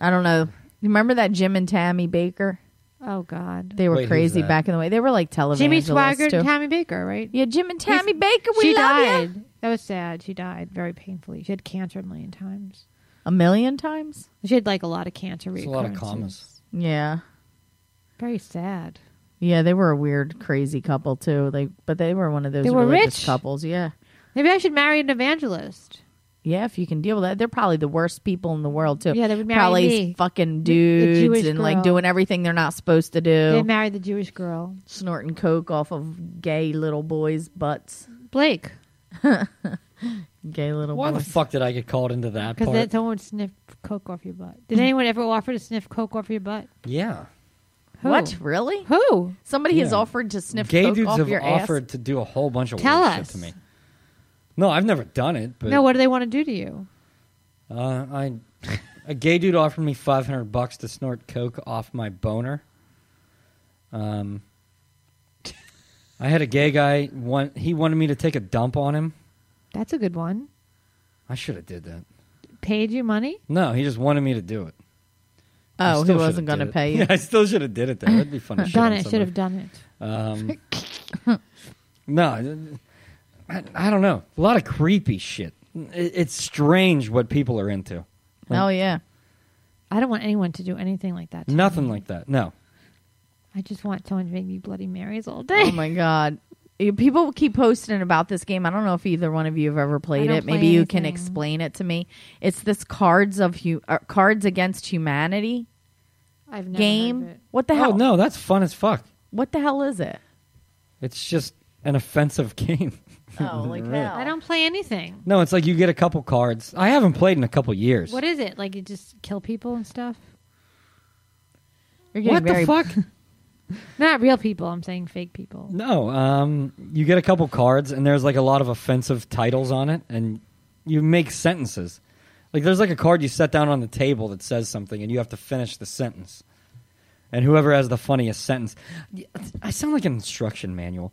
E: I don't know. You Remember that Jim and Tammy Baker?
C: Oh God,
E: They were
D: Wait, who's
E: crazy
D: that?
E: back in the way. They were like television.
C: Jimmy Swaggart and Tammy Baker, right?
E: Yeah, Jim and Tammy Baker. We
C: she
E: love ya.
C: died. That was sad. She died very painfully. She had cancer a million times.
E: a million times.
C: She had like a lot of cancer.
D: It's a lot of
C: reoccurrences.
D: commas.
E: Yeah.
C: Very sad.
E: Yeah, they were a weird, crazy couple too. Like, but they were one of those
C: They were
E: religious
C: rich.
E: couples. Yeah,
C: Maybe I should marry an evangelist.
E: yeah. If you can deal with that, they're probably the worst people in the world too.
C: Yeah, they would marry
E: probably
C: me.
E: fucking
C: the
E: dudes
C: Jewish
E: and like
C: girl.
E: doing everything they're not supposed to do,
C: They married the Jewish girl
E: snorting coke off of gay little boys' butts.
C: Blake
E: Gay little
D: Why the
E: boys.
D: fuck did I get called into that
C: because
D: part? Hmm.
C: then someone sniffed coke off your butt. Did anyone ever offer to sniff coke off your butt?
D: yeah,
C: Who?
E: What really?
C: Who?
E: Somebody has
D: Yeah.
E: offered to sniff
D: gay
E: coke
D: dudes
E: off
D: have
E: your
D: offered to do a whole bunch of
C: Tell
D: weird
C: us.
D: shit to me. No, I've never done it, but
C: No, what do they want to do to you?
D: uh, I a gay dude offered me five hundred bucks to snort coke off my boner. Um, I had a gay guy. One, he wanted me to take a dump on him.
C: That's a good one.
D: I should have did that.
C: Paid you money?
D: No, he just wanted me to do it. I
E: ass. Oh,
D: still
E: he
D: shoulda
E: wasn't going to
D: did it. *laughs*
E: pay
D: Yeah,
E: you.
D: I still should have did it though. That'd
E: *laughs*
D: be funny.
C: done it. Should have done it.
D: Um, no, I, I don't know. A lot of creepy shit. It, it's strange what people are into.
E: Oh yeah.
C: I don't want anyone to do anything like that. to
D: Nothing
C: me.
D: like that. No.
C: I just want someone to make me bloody Marys all day.
E: Oh my god. You- People keep posting about this game. I don't know if either one of you have ever played
C: don't
E: it.
C: play
E: Maybe you can
C: anything.
E: explain it to me. It's this Cards of hu- uh, Cards Against Humanity
C: *laughs* I've never heard of
E: game.
C: it.
E: What the hell?
D: Oh no, that's fun as fuck.
E: What the hell
D: *laughs*
E: is it?
D: It's just an offensive *laughs* game.
E: Oh, like
D: Really?
E: hell.
C: I don't play anything.
D: No, it's like you get a couple cards. I haven't played in a couple years.
C: What is it? Like you just kill people and stuff?
E: You're getting
D: What the
E: very-
D: fuck? *laughs*
C: Not real people. I'm saying fake people.
D: no, um, you get a couple cards, and there's like a lot of offensive titles on it, and you make sentences. Like there's like a card you set down on the table that says something, and you have to finish the sentence. And whoever has the funniest sentence, I sound like an instruction manual.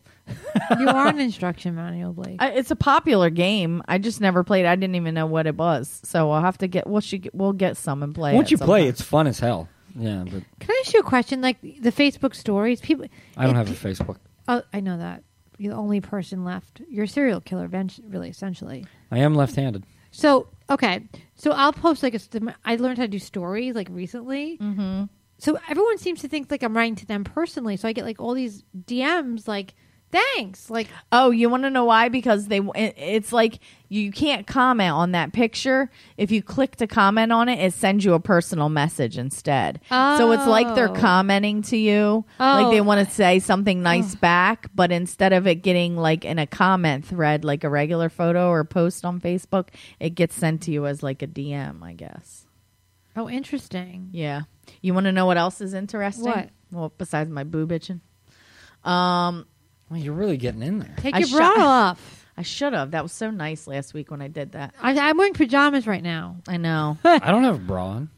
C: you are an instruction manual, Blake.
E: I, it's a popular game. I just never played. I didn't even know what it was. So I'll have to get. We'll should, we'll get some and play.
D: Once
E: it
D: you play,
E: sometime.
D: it's fun as hell. Yeah, but
C: Can I ask you a question? Like the Facebook stories, people.
D: I don't
C: it- *laughs*
D: have a Facebook.
C: Oh, I know that. You're the only person left. You're a serial killer, eventu- really, essentially.
D: I am left-handed.
C: So okay, so I'll post like a. st- I learned how to do stories like recently. Mm-hmm. So everyone seems to think like I'm writing to them personally. So I get like all these DMs like, thanks, like
E: Oh, you want to know why? Because they it- it's like you can't comment on that picture. If you click to comment on it, it sends you a personal message instead. So it's like they're
C: Oh.
E: commenting to you, like they
C: Oh.
E: want to say something nice back, but instead of it getting like in a comment thread, like a regular photo or post on Facebook, it gets sent to you as like a DM, I guess.
C: oh, interesting.
E: Yeah. You want to know what else is interesting?
C: What?
E: Well, besides my boo bitching.
D: Well, you're really getting
C: *laughs*
D: in there.
C: Take
E: I
C: your
E: sh- *laughs*
C: bra off.
E: I should have. That was so nice last week when I did that.
C: I, I'm wearing pajamas right now.
E: I know.
D: I don't have a bra on.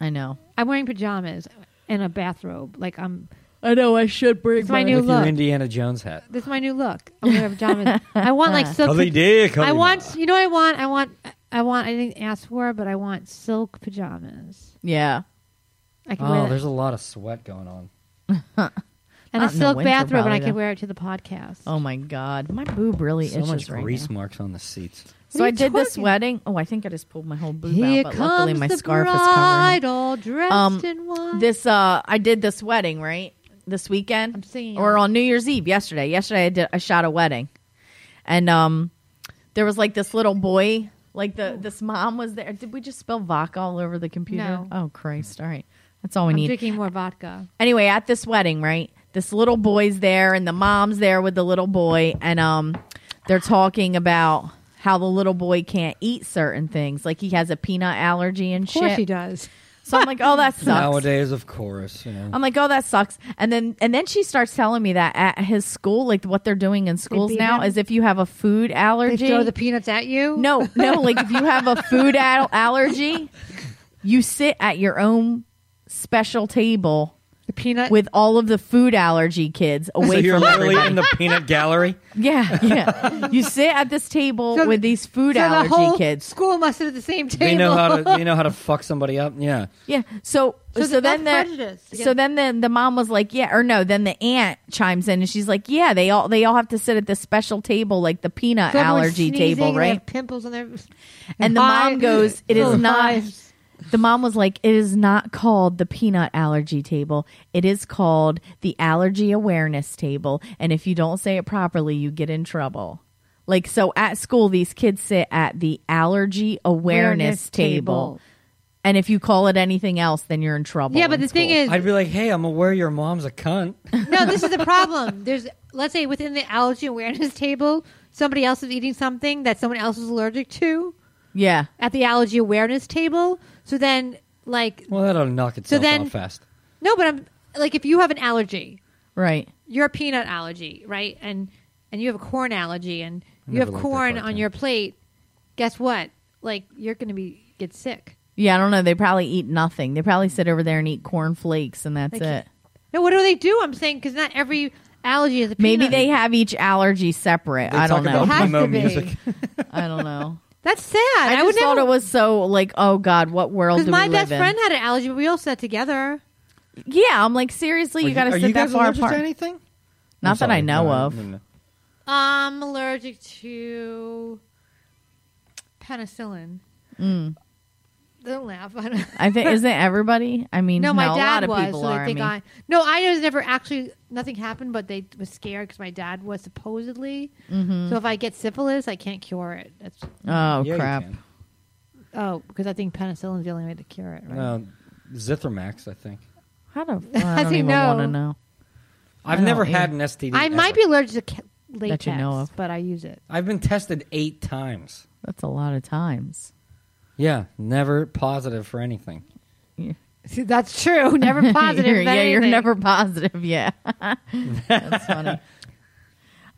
E: I know.
C: I'm wearing pajamas and a bathrobe. Like I'm.
E: I know I should break
C: It's my new
D: With your
C: look.
D: Indiana Jones hat.
C: This is my new look. I'm gonna have pajamas. I want like silk.
D: Cuddly
C: pa-
D: dear, cuddly
C: I
D: ma.
C: want. You know, what I want. I want. I want. I didn't ask for, it, but I want silk pajamas.
E: Yeah.
C: I can wear
D: Oh,
C: that.
D: there's a lot of sweat going on.
C: and a
E: Not in the
C: silk
E: winter,
C: bathrobe, and
E: probably,
C: I can
E: though.
C: wear it to the podcast.
E: Oh my god, my boob really
D: So
E: itches
D: much
E: right
D: grease
E: now.
D: marks on the seats.
E: So
C: are
E: I
C: you
E: did this
C: talking-
E: wedding. Oh, I think I just pulled my whole boob
C: Here
E: out, but
C: comes
E: luckily my
C: the
E: scarf is
C: bride,
E: covering.
C: all dressed
E: Um,
C: in
E: it.
C: white.
E: This uh, I did this wedding right this weekend.
C: I'm seeing
E: or
C: it.
E: on New Year's Eve yesterday. Yesterday I did I shot a wedding, and um, there was like this little boy, like the this mom was there. Did we just spill vodka all over the computer?
C: No.
E: Oh Christ! All right, that's all we
C: I'm
E: need.
C: drinking more vodka.
E: anyway, at this wedding, right? This little boy's there and the mom's there with the little boy and um they're talking about how the little boy can't eat certain things. Like he has a peanut allergy and
C: Of course
E: shit.
C: he does.
E: So I'm like, "Oh, that sucks."
D: Nowadays, of course, you know.
E: I'm like, "Oh, that sucks." And then and then she starts telling me that at his school, like what they're doing in schools
C: beat
E: now
C: him?
E: is if you have a food
C: They
E: allergy, *laughs*
C: throw the peanuts at you. *laughs*
E: no, no. Like if you have a food al- allergy, you sit at your own special table
C: the peanut.
E: *laughs* with all of the food allergy kids
D: so
E: away
D: you're
E: from
D: literally
E: everybody.
D: in the peanut gallery.
E: *laughs* yeah, yeah. You sit at this table
C: So
E: with
C: the-
E: these food
C: so
E: allergy
C: the whole
E: kids.
C: School must sit at the same table.
D: They know
C: *laughs*
D: how to. They know how to fuck somebody up. Yeah.
E: Yeah. So so,
C: So that-
E: then
C: that's
E: the
C: prejudice.
E: so then the the mom was like, yeah, or no. Then the aunt chimes in and she's like, yeah, they all they all have to sit at this special table, like the peanut
C: So everyone's
E: allergy
C: sneezing,
E: table,
C: they
E: right?
C: have Pimples on their. And, *laughs*
E: And the mom
C: hives.
E: goes, "It is
C: Little
E: not-
C: hives.
E: The mom was like, it is not called the peanut allergy table. It is called the allergy awareness table. And if you don't say it properly, you get in trouble. Like, so at school, these kids sit at the allergy awareness,
C: Awareness
E: table.
C: table.
E: And if you call it anything else, then you're in trouble.
C: Yeah, but
E: in
C: the thing
E: school.
C: is,
D: I'd be like, hey, I'm aware your mom's a cunt.
C: no, this
D: *laughs*
C: is the problem. There's, let's say, within the allergy awareness *laughs* table, somebody else is eating something that someone else is allergic to
E: yeah.
C: at the allergy awareness table. So then, like,
D: Well, that'll knock itself
C: then-
D: out fast.
C: no, but I'm like, if you have an allergy,
E: Right.
C: you're a peanut allergy, right? And and you have a corn allergy, and you
D: never
C: have
D: liked that
C: corn on
D: cartoon.
C: your plate. Guess what? Like, you're going to be get sick.
E: Yeah, I don't know. They probably eat nothing. They probably sit over there and eat corn flakes, and that's
C: They can't-
E: it.
C: No, what do they do? I'm saying because not every allergy is a peanut.
E: Maybe they have each allergy separate.
D: They
E: I don't
D: talk
E: know.
C: It
D: about
C: has
D: emo
C: to be.
D: music.
E: I don't know.
C: That's sad.
E: I,
C: I,
E: just
C: would
E: thought
C: never.
E: it was so like, oh God, what world
C: Because
E: do
C: my
E: we live
C: best
E: in?
C: friend had an allergy, but we all sat together.
E: Yeah, I'm like seriously,
D: Are
E: you, gotta
D: are
E: sit that
D: guys
E: far
D: allergic
E: apart.
D: To anything?
E: Not
D: I'm
E: that I
D: sorry.
E: know
D: No,
E: of.
D: no, no.
C: I'm allergic to penicillin.
E: Mm.
C: Don't laugh. *laughs* I don't-
E: I think isn't everybody? I mean,
C: no, my
E: hell,
C: dad
E: a lot of
C: was.
E: people
C: so
E: are.
C: I
E: I
C: think
E: mean.
C: I. No, I was never actually. Nothing happened, but they was scared because my dad was supposedly.
E: Mm-hmm.
C: So if I get syphilis, I can't cure it. That's
E: oh
D: Yeah, you
E: crap!
D: can.
C: oh, because I think penicillin's the only way to cure it. Right?
D: No, Uh, Zithromax, I think.
C: *laughs*
E: How the? Well, I
C: I
E: don't
C: think
E: even
C: no.
E: want to know.
D: I've
E: don't
D: never
E: either.
D: had an STD.
C: I might
D: ever.
C: be allergic to ca- latex,
E: you know of.
C: but I use it. *laughs*
D: I've been tested eight times.
E: That's a lot of times.
D: Yeah, never positive for anything.
C: See, that's true. *laughs* Never *laughs* positive.
E: You're-
C: about
E: yeah, you're
C: anything.
E: never positive. Yeah, *laughs* that's funny.
C: *laughs*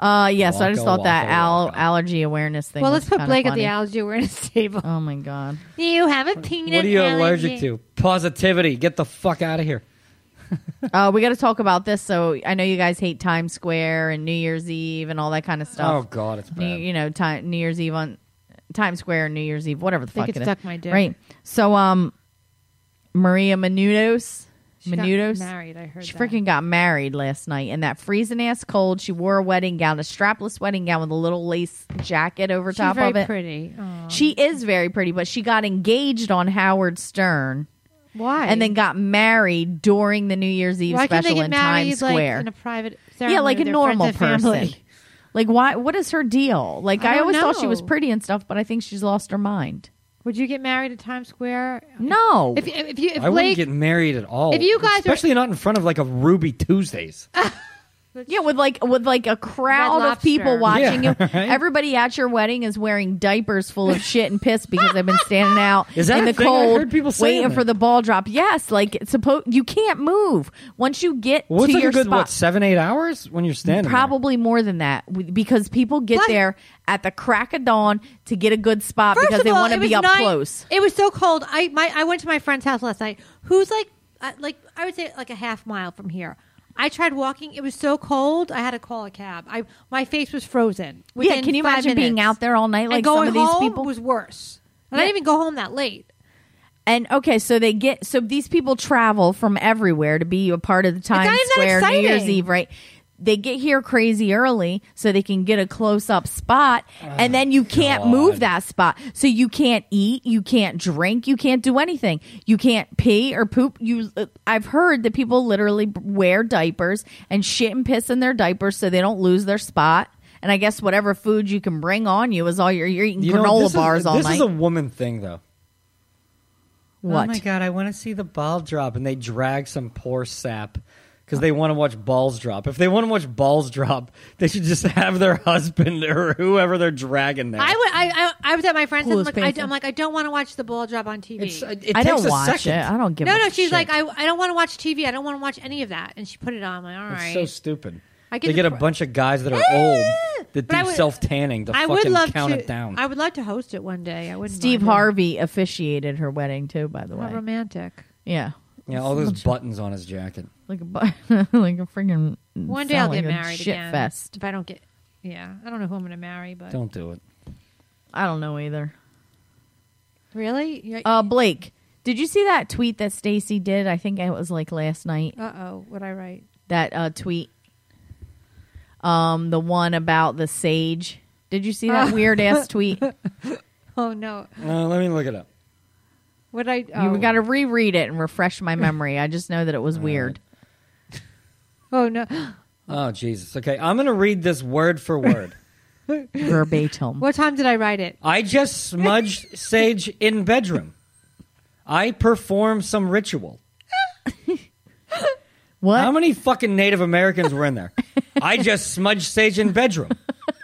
E: Uh, yeah. so I just
D: Waka,
E: thought that
D: waka,
E: al-
D: waka.
E: allergy awareness thing.
C: Well,
E: was
C: let's put
E: kinda
C: Blake at the
E: funny.
C: allergy awareness *laughs* table.
E: Oh my god!
C: You have a peanut.
D: what are you
C: allergy.
D: allergic to? Positivity. Get the fuck out of here.
E: Uh, we got to talk about this. So I know you guys hate Times Square and New Year's Eve and all that kind of
D: Oh
E: stuff.
D: God, it's
E: New,
D: bad.
E: you know, time, New Year's Eve on Times Square, New Year's Eve, whatever the
C: They
E: fuck
C: could
E: it is.
C: suck my dick.
E: Right. So, um, Maria Menounos,
C: She got
E: Menudos.
C: married, I heard
E: She
C: that.
E: freaking got married last night in that freezing ass cold. She wore a wedding gown, a strapless wedding gown with a little lace jacket over
C: She's
E: top
C: very
E: of it.
C: pretty. Aw.
E: She is very pretty, but she got engaged on Howard Stern
C: Why?
E: and then got married during the New Year's Eve
C: Why can't
E: special
C: they get
E: in
C: married
E: Times
C: like
E: Square.
C: in a private ceremony?
E: yeah, like a
C: with their friends
E: normal
C: and family?
E: person. Like why what is her deal? Like
C: I
E: I,
C: don't
E: always thought she was
C: know.
E: pretty and stuff, but I think she's lost her mind.
C: Would you get married at Times Square?
E: No.
C: If if you if
D: I wouldn't
C: Blake,
D: get married at all.
C: if you guys are-
D: especially not in front of like a Ruby Tuesdays.
E: Uh, Yeah, with like with like a crowd
C: Red
E: of people
C: Lobster.
E: watching
D: Yeah,
E: you.
D: *laughs* right?
E: Everybody at your wedding is wearing diapers full of shit and piss because they've been
D: *laughs*
E: standing out
D: Is that
E: in
D: a
E: the
D: thing? I
E: cold,
D: heard people saying
E: waiting
D: that.
E: for the ball drop. Yes, like it's supposed you can't move once you get
D: Well,
E: to
D: it's like
E: your
D: a good
E: spot.
D: what seven eight hours when you're standing. there.
E: Probably more than that w- because people get
C: What?
E: there at the crack of dawn to get a good spot
C: First
E: because
C: of
E: they
C: all,
E: want
C: it
E: to be
C: was
E: up
C: nine-
E: close.
C: It was so cold. I my I went to my friend's house last night, who's like uh, like I would say like a half mile from here. I tried walking. It was so cold. I had to call a cab. I my face was frozen.
E: Yeah,
C: within
E: can you
C: five
E: imagine being
C: minutes.
E: out there all night
C: And
E: like
C: going
E: some of these
C: home
E: people?
C: was worse. And I
E: Yeah.
C: didn't even go home that late.
E: And okay, so they get so these people travel from everywhere to be a part of the
C: not
E: Times
C: even that
E: Square New Year's
C: exciting.
E: Eve, right? They get here crazy early so they can get a close up spot, and then
D: Ah,
E: you can't move that spot. So you can't eat, you can't drink, you can't do anything. You can't pee or poop. You, uh, I've heard that people literally b- wear diapers and shit and piss in their diapers so they don't lose their spot. And I guess whatever food you can bring on you is all you're, you're eating
D: You know,
E: granola
D: this is-
E: bars all
D: this
E: night.
D: is a woman thing, though.
E: what?
D: Oh my god, I want to see the ball drop, and they drag some poor sap because they want to watch balls drop. If they want to watch balls drop, they should just *laughs* have their husband or whoever they're dragging there.
C: I would. I, I, I was at my friend's.
E: Cool
C: house,
E: as
C: I'm like, I,
E: pants.
C: am like, I don't want to watch the ball drop on TV.
D: It's- uh, it takes
E: I don't
D: a
E: watch
D: second.
E: it. I don't give.
C: no,
E: a
C: no. She's
E: shit.
C: like, I, I don't want to watch TV. I don't want to watch any of that. And she put it on. I'm like, all
D: It's
C: right.
D: so stupid.
C: I get
D: they
C: the
D: get a
C: pr-
D: bunch of guys that are old that
C: But I
D: do
C: would-
D: self tanning to
C: I
D: fucking
C: would love
D: count
C: to.
D: it down.
C: I would like to host it one day. I would.
E: Steve Harvey officiated her wedding too. By the
C: How
E: way,
C: romantic.
E: yeah,
D: yeah, all those buttons on his jacket.
E: like a bu- *laughs* like a freaking
C: One day I'll
E: sound
C: get
E: like a
C: married
E: shit
C: again.
E: fest.
C: If I don't get, yeah, I don't know who I'm going to marry, but
D: Don't do it.
E: I don't know either.
C: really, yeah.
E: Uh, Blake, did you see that tweet that Stacy did? I think it was like last night.
C: Uh oh, what I write?
E: That uh, tweet, um, the one about the sage. Did you see that
C: *laughs*
E: weird ass tweet?
C: Oh no,
D: No, let me look it up.
C: what I? Oh,
E: You got to reread it and refresh my memory. I just know that it was weird.
C: oh no,
D: Oh Jesus. Okay, I'm gonna read this word
C: *laughs*
D: for word.
E: Verbatim.
C: what time did I write it?
D: I just smudged sage in bedroom. I performed some ritual.
E: What?
D: How many fucking Native Americans were in there?
C: *laughs*
D: I just smudged sage in bedroom.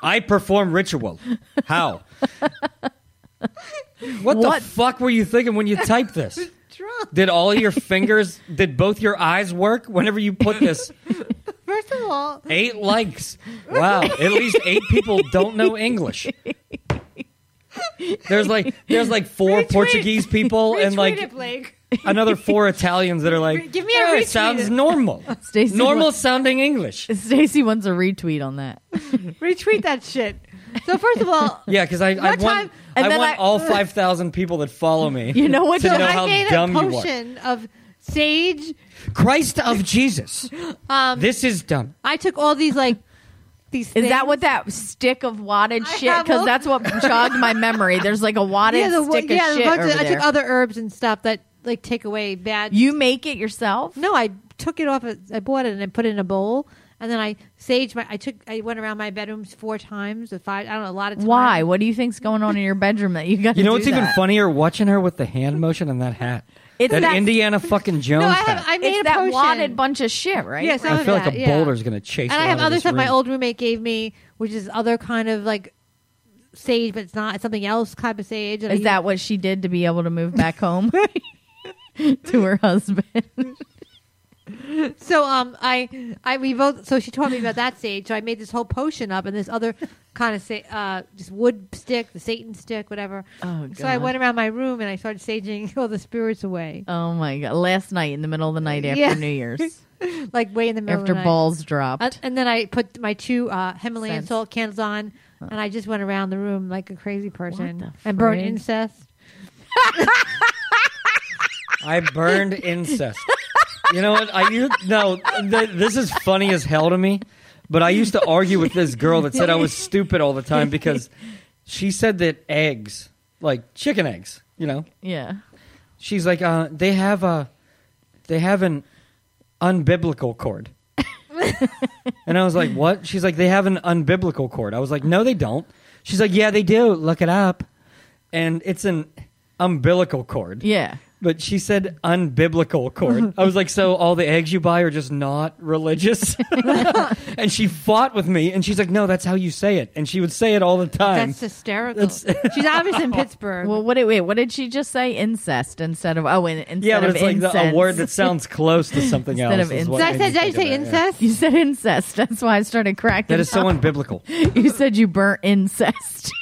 D: I perform ritual.
C: *laughs*
D: How? What, the
E: What?
D: fuck were you thinking when you typed this?
C: Drunk.
D: Did all
C: *laughs*
D: your fingers, did both your eyes work whenever you put this?
C: First of
D: *laughs*
C: all,
D: Eight likes. Wow. At least eight people don't know English. There's like there's like four
C: Retweet.
D: Portuguese people
C: retweet
D: and like
C: it, Blake.
D: another four Italians that are like,
C: Give me a
D: "Oh,
C: retweet."
D: it sounds
C: *laughs*
D: normal,
E: Stacey,
D: normal
E: what-
D: sounding English.
E: *laughs* Stacy wants a retweet on that.
C: *laughs* Retweet that shit. So first of all,
D: *laughs* Yeah, because I, I
C: What time-
D: want
E: and
D: I
E: then
D: want
E: I-
D: all five thousand people that follow me.
E: You know what?
D: To
E: So
D: know
C: I
D: how
C: made a
D: dumb you
C: potion of sage.
D: are. Christ of Jesus,
C: *laughs* Um,
D: this is dumb.
C: I took all these like these.
E: Is
C: things.
E: that what that stick of wadded
C: I
E: shit?
C: have
E: Because
C: all- *laughs*
E: that's what jogged my memory. There's like a wadded
C: Yeah, the wo-
E: stick
C: yeah, the
E: of shit
C: bunch
E: over
C: of- I
E: there.
C: took other herbs and stuff that like take away bad.
E: you make it yourself?
C: No, I took it off. of- I bought it and I put it in a bowl, and then I sage my. I took. I went around my bedrooms four times. Or five. I don't know a lot of times.
E: Why? What do you think's going on in your bedroom that you got?
D: You know what's
E: do
D: even
E: that?
D: funnier? Watching her with the hand motion and that hat.
E: It's
D: that
E: that-
D: Indiana fucking Jones
C: No, I
D: hat.
C: have. I made
E: It's
C: a
E: that
C: potion.
E: wadded bunch of shit, right?
C: Yes,
E: Right.
C: some
D: I
C: of
D: feel like
C: that,
D: a
C: yeah.
D: boulder's gonna chase.
C: And
D: her
C: I
D: out
C: have
D: of
C: other
D: this
C: stuff my
D: room.
C: old roommate gave me, which is other kind of like sage, but it's not. It's something else kind of sage. And I
E: Is
C: use-
E: that what she did to be able to move
C: *laughs*
E: back home *laughs* to her husband? *laughs*
C: So um, I, I we both. So she told me about that sage. So I made this whole potion up and this other kind of sa- uh, just wood stick, the Satan stick, whatever.
E: Oh,
C: So I
E: God.
C: went around my room and I started saging *laughs* all the spirits away,
E: Oh my god! Last night in the middle of the night after
C: Yeah. *laughs*
E: New Year's,
C: like way in the middle
E: after
C: of the night.
E: balls dropped.
C: Uh, and then I put my two uh, Himalayan
E: Scents. Oh.
C: salt candles on, and I just went around the room like a crazy person
E: the
C: and burned
E: frig?
C: incest. *laughs*
D: I burned incest. You know what? I used no. Th- this is funny as hell to me, but I used to argue with this girl that said I was stupid all the time because she said that eggs, like chicken eggs, you know,
E: Yeah.
D: she's like, uh, they have a, they have an unbiblical
E: *laughs*
D: cord. and I was like, what? She's like, they have an unbiblical cord. I was like, no, they don't. She's like, yeah, they do. Look it up. And it's an umbilical cord.
E: Yeah.
D: But she said unbiblical
E: *laughs*
D: cord. I was like, so all the eggs you buy are just not
E: *laughs*
D: religious? *laughs* and she fought with me and she's like, no, that's how you say it. And she would say it all the time.
C: That's hysterical. *laughs* She's obviously
E: *laughs*
C: in Pittsburgh.
E: Well, what did wait? What did she just say? Incest instead of oh, in, instead
D: yeah, but
E: of
D: it's like the, a
E: incense.
D: word that sounds close to
E: *laughs*
D: something
E: Instead
D: else.
E: of
D: is what
C: did I
D: made
C: say,
D: me
C: did I
D: think of
C: say
D: that, yeah.
C: incest?
E: You said incest. That's why I started cracking.
D: That is so
E: up.
D: *laughs* unbiblical.
E: *laughs* You said you burnt
C: *laughs*
E: incest.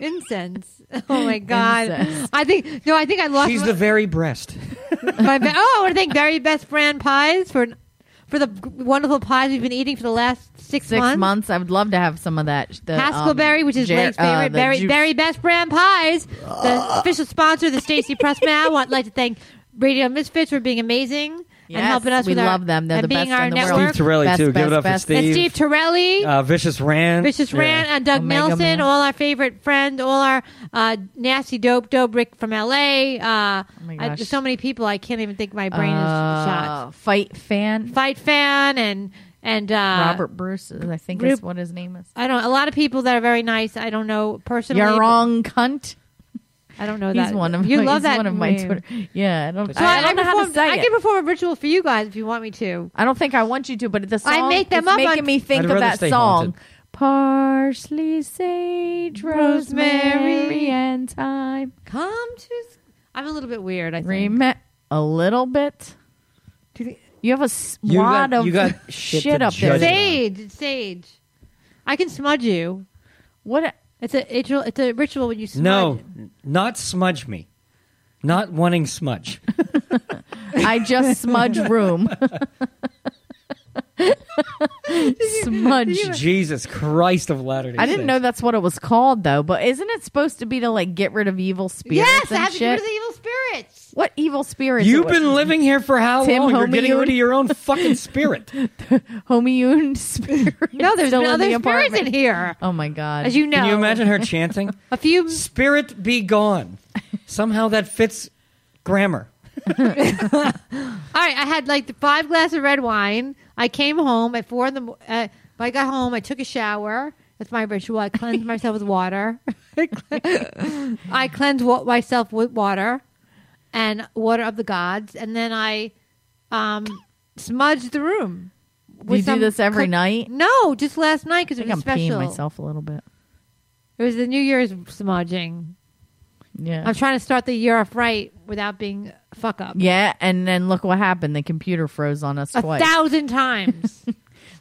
C: Incense. *laughs* Oh my god!
E: Incest.
C: I think no. I think I lost
D: She's
C: my,
D: the very breast.
C: my be- oh, I think very best brand pies for for the wonderful pies we've been eating for the last six,
E: Six
C: months.
E: months. I would love to have some of that. The, um,
C: Haskellberry, which is
E: Jer-
C: Blake's
E: uh,
C: favorite,
E: the
C: very,
E: juice.
C: very best brand pies. The
E: *laughs*
C: official sponsor, of the Stacy Pressman. I want like to thank Radio Misfits for being amazing
E: Yes,
C: and helping us.
E: we
C: with our-
E: love them. They're
C: and
E: the
C: being
E: best
C: our
E: in the
C: network.
E: world.
D: Steve Torelli,
E: Best,
D: too. Give it
E: best,
D: up for
E: best.
D: Steve.
C: and Steve Torelli,
D: Uh, Vicious Rand.
C: Vicious
D: Yeah.
C: Rant, and Doug
E: Omega
C: Nelson,
E: Man.
C: all our favorite friend, all our uh, nasty dope dope Rick from L.A. Uh,
E: Oh my
C: I-
E: gosh.
C: so many people, I can't even think. My brain is
E: Uh,
C: shot.
E: fight fan
C: Fight fan and and uh,
E: Robert Bruce. is- I think
C: Rip-
E: is what his name is.
C: I don't. A lot of people that are very nice. I don't know personally.
E: You're
C: but
E: wrong, cunt.
C: I don't know that.
E: He's one of
C: you
E: he's
C: love that
E: one of my
C: name.
E: Twitter. Yeah, I don't.
C: So
E: I, I don't know how to
C: performed-
E: say
C: I
E: it.
C: can perform a ritual for you guys if you want me to.
E: I don't think I want you to, but the song
C: I make them
E: is
C: up
E: making
C: on-
E: me think
D: I'd
E: of
D: rather
E: that
D: stay
E: song.
D: haunted.
E: Parsley, sage, rosemary,
C: Rosemary.
E: and thyme.
C: Come to. s- I'm a little bit weird. I think.
E: Rema- a little bit. You have a s-
D: You
E: wad
D: got-
E: of
D: you
E: *laughs*
D: got
E: shit,
D: shit to
E: up there.
D: judge it on.
C: sage. It's sage. I can smudge you.
E: What? a-
C: It's a ritual. It's a ritual when you smudge.
D: No, not smudge me. Not wanting smudge.
E: I
C: *laughs*
E: just smudge room. smudge.
D: Jesus Christ of Latter Day
E: I didn't know that's what it was called though. But isn't it supposed to be to like get rid of evil spirits
C: Yes, I
E: and
C: have to get
E: shit?
C: rid of the evil spirits.
E: what evil spirits?
D: You've
E: It was-
D: been living here for how
E: Tim
D: long? You're getting
E: Homeyoun?
D: rid of your own fucking spirit.
C: *laughs*
E: homeowned spirits.
C: No, there's
E: still
C: been
E: in
C: other
E: the
C: spirits
E: apartment.
C: in here,
E: Oh my god!
C: as you know.
D: Can you imagine her chanting?
C: A few.
D: Spirit be gone. Somehow that fits grammar.
C: All right, I had like the five glasses of red wine. I came home at four in the. mo- Uh, I got home. I took a shower. That's my ritual. I cleanse myself with water. *laughs* I cleanse wa- myself with water and water of the gods, and then I um, smudge the room.
E: you do
C: some
E: this every
C: cook-
E: night?
C: No, just last night because
E: I
C: it
E: think
C: was
E: I'm
C: special.
E: peeing myself a little bit.
C: It was the New Year's smudging.
E: Yeah,
C: I'm trying to start the year off right without being a fuck up.
E: yeah, and then look what happened. The computer froze on us
C: A
E: twice.
C: thousand times.
E: a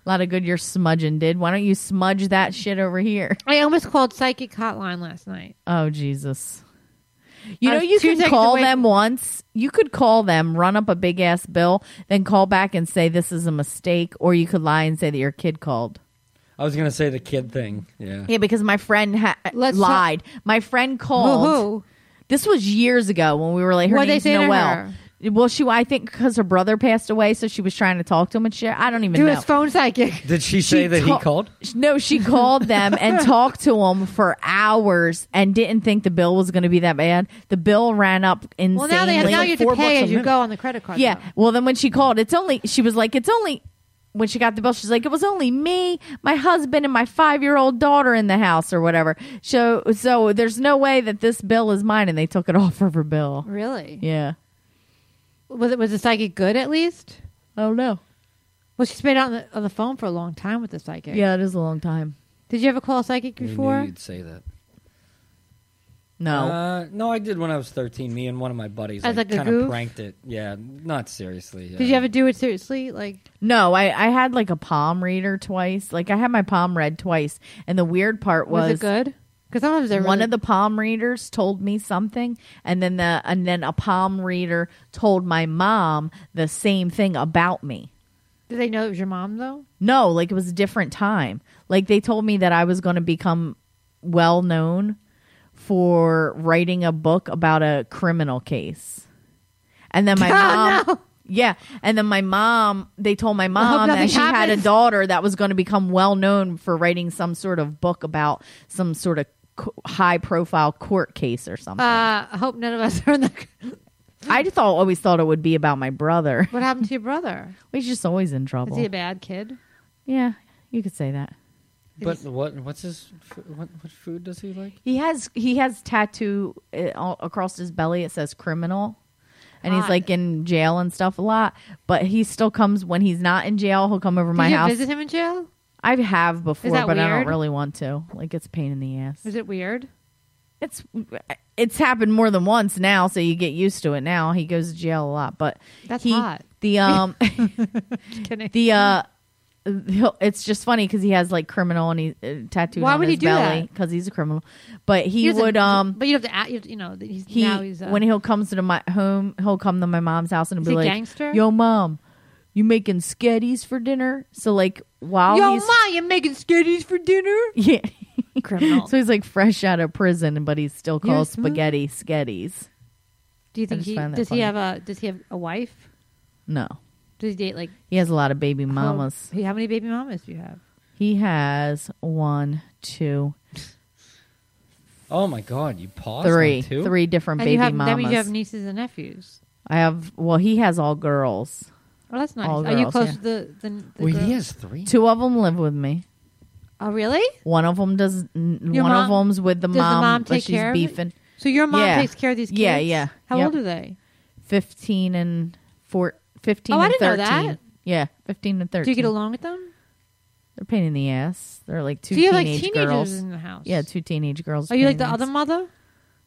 E: lot of good your smudging did. Why don't you smudge that shit over here?
C: I almost called Psychic Hotline last night.
E: Oh Jesus! You
C: I
E: know
C: was
E: you
C: two
E: can
C: seconds
E: call
C: away
E: them
C: from-
E: once. You could call them, run up a big ass bill, then call back and say this is a mistake, or you could lie and say that your kid called.
D: I was going to say the kid thing. Yeah.
E: Yeah, because my friend ha-
C: Let's talk-
E: lied. my friend called.
C: Whoa.
E: This was years ago when we were like, her
C: What'd they
E: name's
C: say to
E: Noelle.
C: her?
E: Well, she, I think, because her brother passed away, so she was trying to talk to him and shit. I don't even
C: Do
E: know.
C: his phone psychic.
E: *laughs*
D: Did she say that
E: ta-
D: he called?
E: No, she called
C: *laughs*
E: them and talked to them for hours and didn't think the bill was going to be that bad. The bill ran up insanely.
C: Well, now they have, now you have
D: Four
C: to
D: bucks
C: pay
D: a
C: as you
D: minute.
C: go on the credit card.
E: Yeah.
C: though.
E: Well, then when she called, it's only she was like, it's only when she got the bill. She's like, it was only me, my husband, and my five year old daughter in the house or whatever. So, so there's no way that this bill is mine, and they took it off of her bill.
C: Really?
E: Yeah.
C: Was it was the psychic good at least?
E: Oh no.
C: Well, she's been on the on the phone for a long time with the psychic.
E: Yeah, it is a long time.
C: Did you ever call a psychic
D: I knew
C: before?
D: you'd say that.
E: No.
D: Uh, no, I did when I was 13. Me and one of my buddies
C: As, like, a
D: kind
C: goof?
D: of pranked it. Yeah, not seriously.
C: Did you ever do it seriously? Like
E: No, I, I had like a palm reader twice. Like I had my palm read twice. And the weird part
C: was, it
E: was,
C: good? Because sometimes they're
E: one
C: really-
E: of the palm readers told me something and then the and then a palm reader told my mom the same thing about me.
C: Did they know it was your mom though?
E: No, like it was a different time. Like they told me that I was going to become well known
C: *laughs*
E: for writing a book about a criminal case. And then my mom Yeah, and then my mom, they told my mom
C: nothing
E: that she had a
C: happens.
E: daughter that was going to become well known for writing some sort of book about some sort of high profile court case or something.
C: Uh, I hope none of us *laughs* are in the.
E: I just thought always thought it would be about my brother. *laughs*
C: What happened to your brother?
E: He's just always in
C: Is
E: trouble.
C: he a bad kid?
E: yeah, you could say that.
D: But what? What's his? f- What, what food does he like?
E: He has he has tattoo uh, all across his belly. It says criminal, and he's
C: God.
E: like in jail and stuff a lot. But he still comes when he's not in jail. He'll come over
C: Did
E: my
C: you
E: house.
C: visit him in jail?
E: I have before,
C: that
E: but I don't
C: weird?
E: really want to. Like it's a pain in the ass.
C: Is it weird?
E: It's it's happened more than once now, so you get used to it. Now he goes to jail a lot, but
C: That's
E: he,
C: hot. *laughs*
E: The um
C: Kidding.
E: the uh. he'll- It's just funny because he has like criminal and he uh, tattooed.
C: Why
E: on
C: would
E: his
C: he do
E: belly
C: that?
E: Because he's a criminal, but he,
C: He doesn't-
E: would um.
C: But you have to. act- You, have to- you know, that he's
E: he
C: now he's. Uh,
E: when he'll comes to my home, he'll come to my mom's house and
C: Is
E: be
C: he
E: like,
C: gangster?
E: "Yo, mom, you making sketties for dinner?" So like while
C: Yo,
E: he's
C: ma, you making skitties for dinner?
E: *laughs* yeah,
C: Criminal.
E: so he's like fresh out of prison, but he still calls
C: Yes, ma'am.
E: spaghetti sketties.
C: Do you think
E: just
C: he
E: find that
C: does?
E: funny.
C: He have a does he have a wife?
E: No,
C: Does he date like
E: he has a lot of
C: Oh.
E: baby mamas.
C: How, how many baby mamas do you have?
E: He has one, two,
D: Oh my god! You paused. on
E: three,
D: two?
E: three different
C: And
E: baby
C: you have,
E: mamas.
C: That means you have nieces and nephews.
E: I have. Well, he has all girls.
C: Oh, that's nice.
E: All
C: Are you
E: girls,
C: close
E: yeah.
C: to the the? the
D: Wait,
C: girl?
D: he has three.
E: Two of them live with me.
C: Oh, really?
E: One of them does. n-
C: Your
E: one of
C: mom-
E: them's with the
C: does the
E: mom,
C: mom
E: but
C: take
E: she's
C: care of it?
E: beefing.
C: So your mom
E: Yeah.
C: takes care of these kids?
E: Yeah, yeah.
C: How
E: Yep.
C: old are they?
E: Fifteen and four, fifteen.
C: Oh, I
E: and
C: didn't know
E: 13.
C: that.
E: Yeah, fifteen and thirteen.
C: Do you get along with them?
E: They're a pain in the ass. They're like two
C: Do you have like
E: teenage
C: teenagers
E: girls.
C: in the house?
E: yeah, two teenage girls.
C: Are you like the
E: pain in
C: other
E: ass.
C: mother?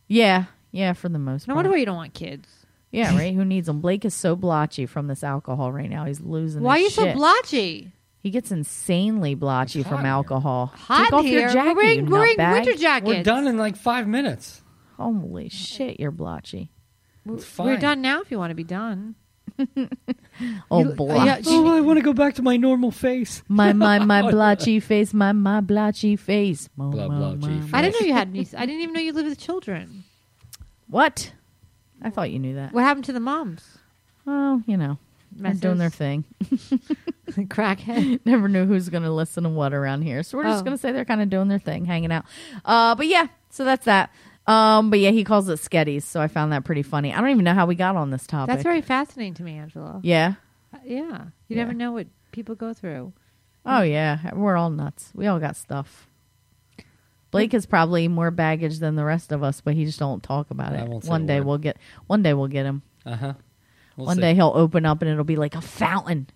E: Yeah, yeah, for the most
C: No
E: part.
C: wonder why you don't want kids.
E: Yeah, right. Who needs him? Blake is so blotchy from this alcohol right now. He's losing.
C: Why are
E: his
C: you so
E: shit.
C: blotchy?
E: He gets insanely blotchy
D: It's hot
E: from
D: here.
E: alcohol.
C: Hot
E: Take off
C: here.
E: your jacket.
C: we're wearing,
E: you
C: we're wearing
E: nutbag.
C: winter jackets.
D: We're done in like five minutes.
E: Holy shit, you're blotchy.
C: We're,
D: It's
C: we're
D: fine.
C: done now. If you want to be done,
E: Oh,
C: You-
E: blotch.
C: yeah,
D: Oh, I want to go back to my normal face.
E: My
C: *laughs*
E: my my blotchy face. My my blotchy face. Mo,
D: Blah,
E: mo,
D: blotchy
E: mo.
D: face.
C: I didn't know you had nieces. I didn't even know you lived with children.
E: What? I thought you knew that.
C: What happened to the
E: *laughs*
C: moms?
E: Well, you know, they're doing their
C: Messes?
E: thing. *laughs*
C: Crackhead.
E: Never knew who's going to listen to what around here. So we're just
C: Oh.
E: going to say they're kind of doing their thing, hanging out. Uh, but yeah, so that's that. Um, but yeah, he calls it sketties. So I found that pretty funny. I don't even know how we got on this
C: *laughs*
E: topic.
C: That's very fascinating to me, Angela.
E: Yeah.
C: Uh, Yeah, you never know what people go through.
E: Oh yeah, we're all nuts. We all got stuff. Blake has probably more baggage than the rest of us, but he just don't talk about
D: I
E: it.
D: won't say
E: One
D: a
E: day
D: word.
E: we'll get. One day we'll get him.
D: Uh huh. We'll
E: one
D: see.
E: day he'll open up and it'll be like a fountain.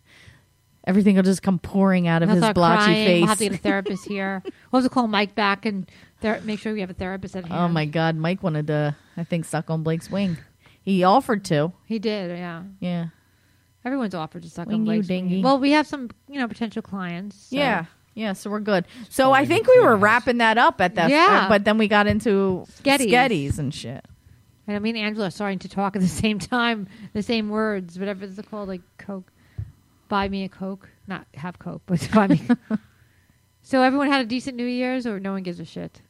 E: Everything will just come pouring out of
C: He'll
E: his
C: start
E: blotchy
C: crying. We'll have to
E: face.
C: get a therapist
E: *laughs*
C: here. We'll have to call Mike back and ther- make sure we have a therapist at hand.
E: *laughs* Oh my God, Mike wanted to, I think, suck on Blake's wing. He offered to.
C: He did, yeah.
E: Yeah.
C: Everyone's offered to suck
E: Wingy
C: on Blake's wing.
E: dingy.
C: Well, we have some, you know, potential clients. so-
E: Yeah. Yeah, so we're good. So
D: all
E: I
D: in
E: think
D: the
E: we were
D: clubhouse.
E: wrapping that up at that.
C: Yeah.
E: but then we got into
C: Sketties.
E: sketties and shit.
C: And I mean, Angela, starting to talk at the *laughs* same time, the same words, whatever it's called, like Coke. Buy me a Coke. Not have Coke, but *laughs* buy me. so everyone had a decent New Year's, or no one gives a shit.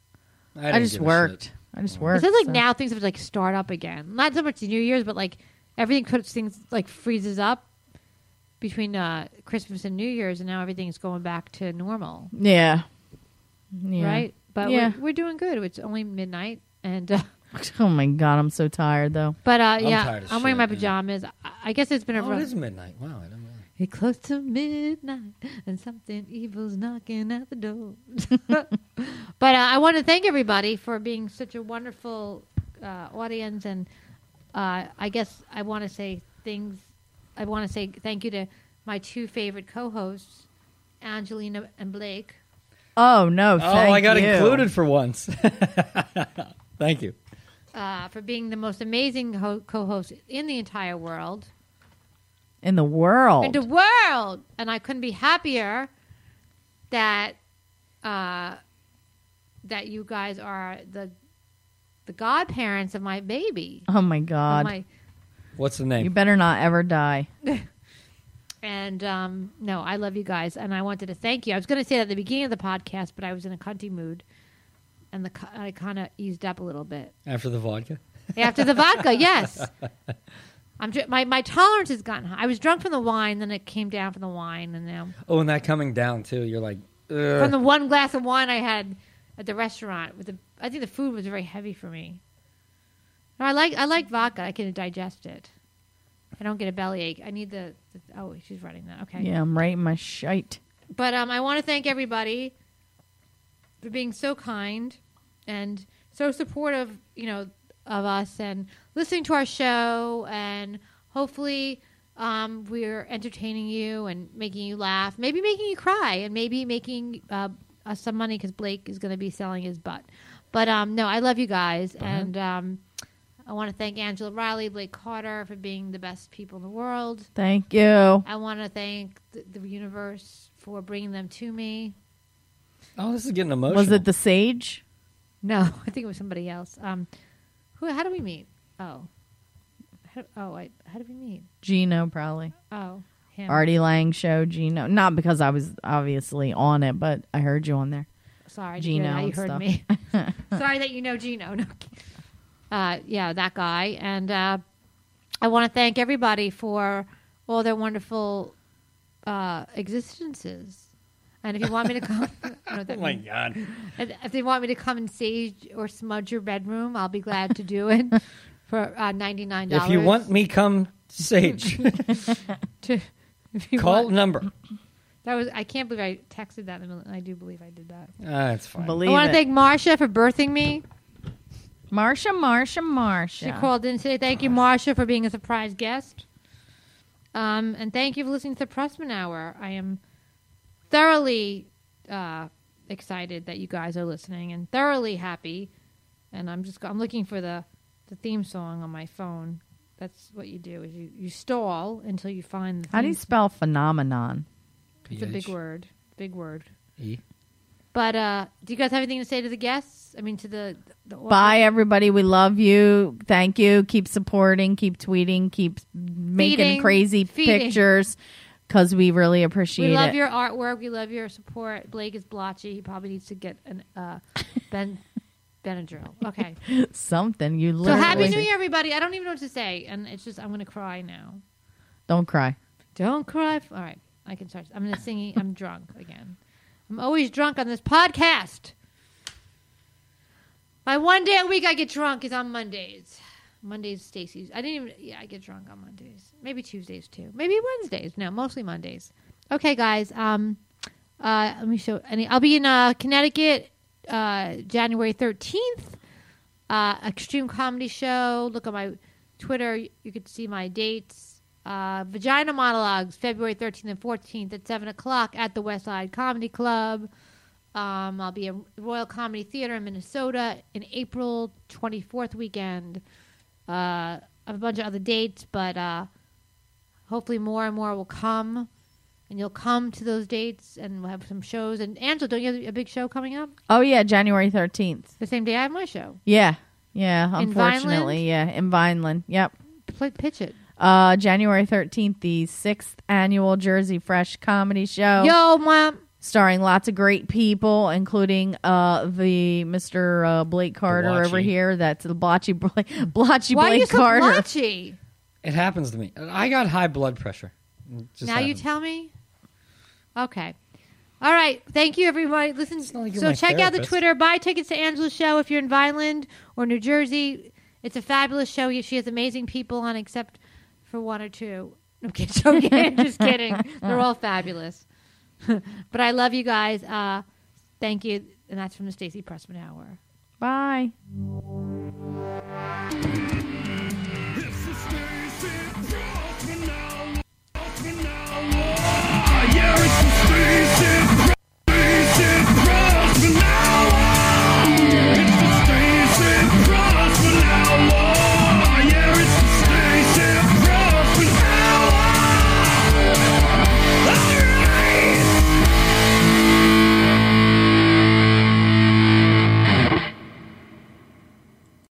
E: I,
D: didn't
E: just
D: give a
E: worked.
D: shit.
E: I just worked.
C: It sounds like
E: so-
C: now things have to, like start up again. Not so much New Year's, but like everything puts things like freezes up between uh, Christmas and New Year's, and now everything's going back to normal,
E: Yeah. Yeah.
C: right? But
E: Yeah.
C: we're, we're doing good. It's only midnight, and uh,
E: *laughs*
C: *laughs*
E: Oh my god, I'm so tired though.
C: but uh, yeah,
D: tired as
C: I'm wearing
D: shit,
C: my
D: man.
C: pajamas. I, I guess it's been a
D: Oh, it
C: rough.
D: is midnight. Wow. I didn't really-
C: It's close to midnight, and something evil's knocking at the door. *laughs* but uh, I want to thank everybody for being such a wonderful uh, audience, and uh, I guess I want to say things. I want to say thank you to my two favorite co-hosts, Angelina and Blake.
E: Oh no,
D: Oh, I got included for once. *laughs* Thank you.
C: Uh, for being the most amazing ho- co-host in the entire world,
E: in the world.
C: in the world, and I couldn't be happier that uh, that you guys are the the godparents of my baby.
E: oh my
C: of
E: god,
C: my-
D: What's the
E: you
D: name?
E: better not ever die.
C: and um, no, I love you guys, and I wanted to thank you. I was going to say that at the beginning of the podcast, but I was in a cunty mood, and the cu- I kind of eased up a little bit
D: After the vodka?
C: after the vodka. Yes, I'm dr- my my tolerance has gotten high. I was drunk from the wine, then it came down from the wine, and now
D: Oh, and that coming down too. You're like,
C: from
D: Ugh.
C: the one glass of wine I had at the restaurant. With the, I think the food was very heavy for me. No, I like I like vodka. I can digest it. I don't get a bellyache. I need the, the oh, she's running that. Okay.
E: Yeah, I'm writing my shite.
C: But um, I want to thank everybody for being so kind and so supportive, you know, of us and listening to our show. And hopefully, um, we're entertaining you and making you laugh, maybe making you cry, and maybe making uh, us some money because Blake is going to be selling his butt. But um, no, I love you guys, and um, I want to thank Angela Riley, Blake Carter for being the best people in the world.
E: Thank you.
C: I want to thank th- the universe for bringing them to me.
D: oh, this is getting emotional.
E: Was it the sage?
C: No, *laughs* I think it was somebody else. Um, who? How do we meet? Oh, how, oh, I, how did we meet?
E: Gino probably.
C: Oh, him.
E: Artie Lang show Gino. Not because I was obviously on it, but I heard you on there.
C: Sorry,
E: Gino
C: Gino. You
E: and
C: heard
E: stuff.
C: me. Sorry that you know Gino. No. Uh, yeah, that guy. And uh, I want to thank everybody for all their wonderful uh, existences. And if you want me to
D: *laughs*
C: come, I don't know what that
D: Oh my
C: means.
D: god.
C: If, if they want me to come and sage or smudge your bedroom, I'll be glad to do
D: *laughs*
C: it for uh, ninety nine dollars.
D: If you want me, come sage.
C: *laughs* to, if you
D: Call
C: want-
D: number.
C: that was I can't believe I texted that. in the middle- I do believe I did that.
D: Ah, it's fine.
E: Believe
C: I want to
E: it.
C: thank Marsha for birthing me.
E: Marsha, Marsha, Marsha.
C: She called in today. Thank you, Marsha, for being a surprise guest. Um, and thank you for listening to the Pressman Hour. I am thoroughly uh, excited that you guys are listening and thoroughly happy. And I'm just I'm looking for the, the theme song on my phone. That's what you do is you, you stall until you find the
E: How do you
C: theme-
E: spell phenomenon?
C: It's a big word. Big word.
D: E.
C: But uh, do you guys have anything to say to the guests? I mean, to the, the
E: Bye, everybody. We love you. Thank you. Keep supporting. Keep tweeting. Keep making
C: Feeding.
E: crazy
C: Feeding.
E: pictures because we really appreciate
C: We love
E: it.
C: your artwork. We love your support. Blake is blotchy. He probably needs to get an
E: *laughs*
C: uh, Ben Benadryl. Okay.
E: *laughs* Something you
C: so
E: literally
C: happy New Year, everybody. I don't even know what to say, and it's just I'm gonna cry now.
E: Don't cry.
C: Don't cry. All right, I can start. I'm gonna sing. I'm drunk again. I'm always drunk on this podcast. My one day a week I get drunk is on Mondays. Mondays, Stacy's. I didn't even. Yeah, I get drunk on Mondays. Maybe Tuesdays too. Maybe Wednesdays. No, mostly Mondays. Okay, guys. Um, uh, let me show. Any. I'll be in uh, Connecticut, uh, January thirteenth. Uh, Extreme comedy show. Look at my Twitter. You, you can see my dates. Uh, Vagina monologues, February thirteenth and fourteenth at seven o'clock at the West Side Comedy Club. Um, I'll be at Royal Comedy Theater in Minnesota in April 24th weekend. Uh, I have a bunch of other dates, but uh, hopefully more and more will come. And you'll come to those dates and we'll have some shows. And Angela, don't you have a big show coming up?
E: Oh, yeah. January 13th.
C: The same day I have my show.
E: Yeah. Yeah.
C: In
E: Unfortunately. yeah. In Vineland. Yep.
C: Pl- pitch it.
E: Uh, January 13th, the sixth annual Jersey Fresh Comedy Show.
C: Yo, mom.
E: starring lots of great people, including uh, the Mr. Uh, Blake Carter
D: Blotchy.
E: over here. That's the blotchy, Bla- *laughs* blotchy
C: Why are
E: Blake
C: you so
E: Carter.
C: blotchy?
D: It happens to me. I got high blood pressure. It just
C: now you
D: happens.
C: tell me okay all right thank you everybody listen
D: not like you're
C: so
D: my
C: check out the
D: therapist.
C: twitter buy tickets to angela's show if you're in vineland or new jersey it's a fabulous show she has amazing people on except for one or two i'm kidding, *laughs* I'm kidding, just kidding they're all fabulous *laughs* but i love you guys uh, thank you and that's from the stacy pressman hour
E: Bye.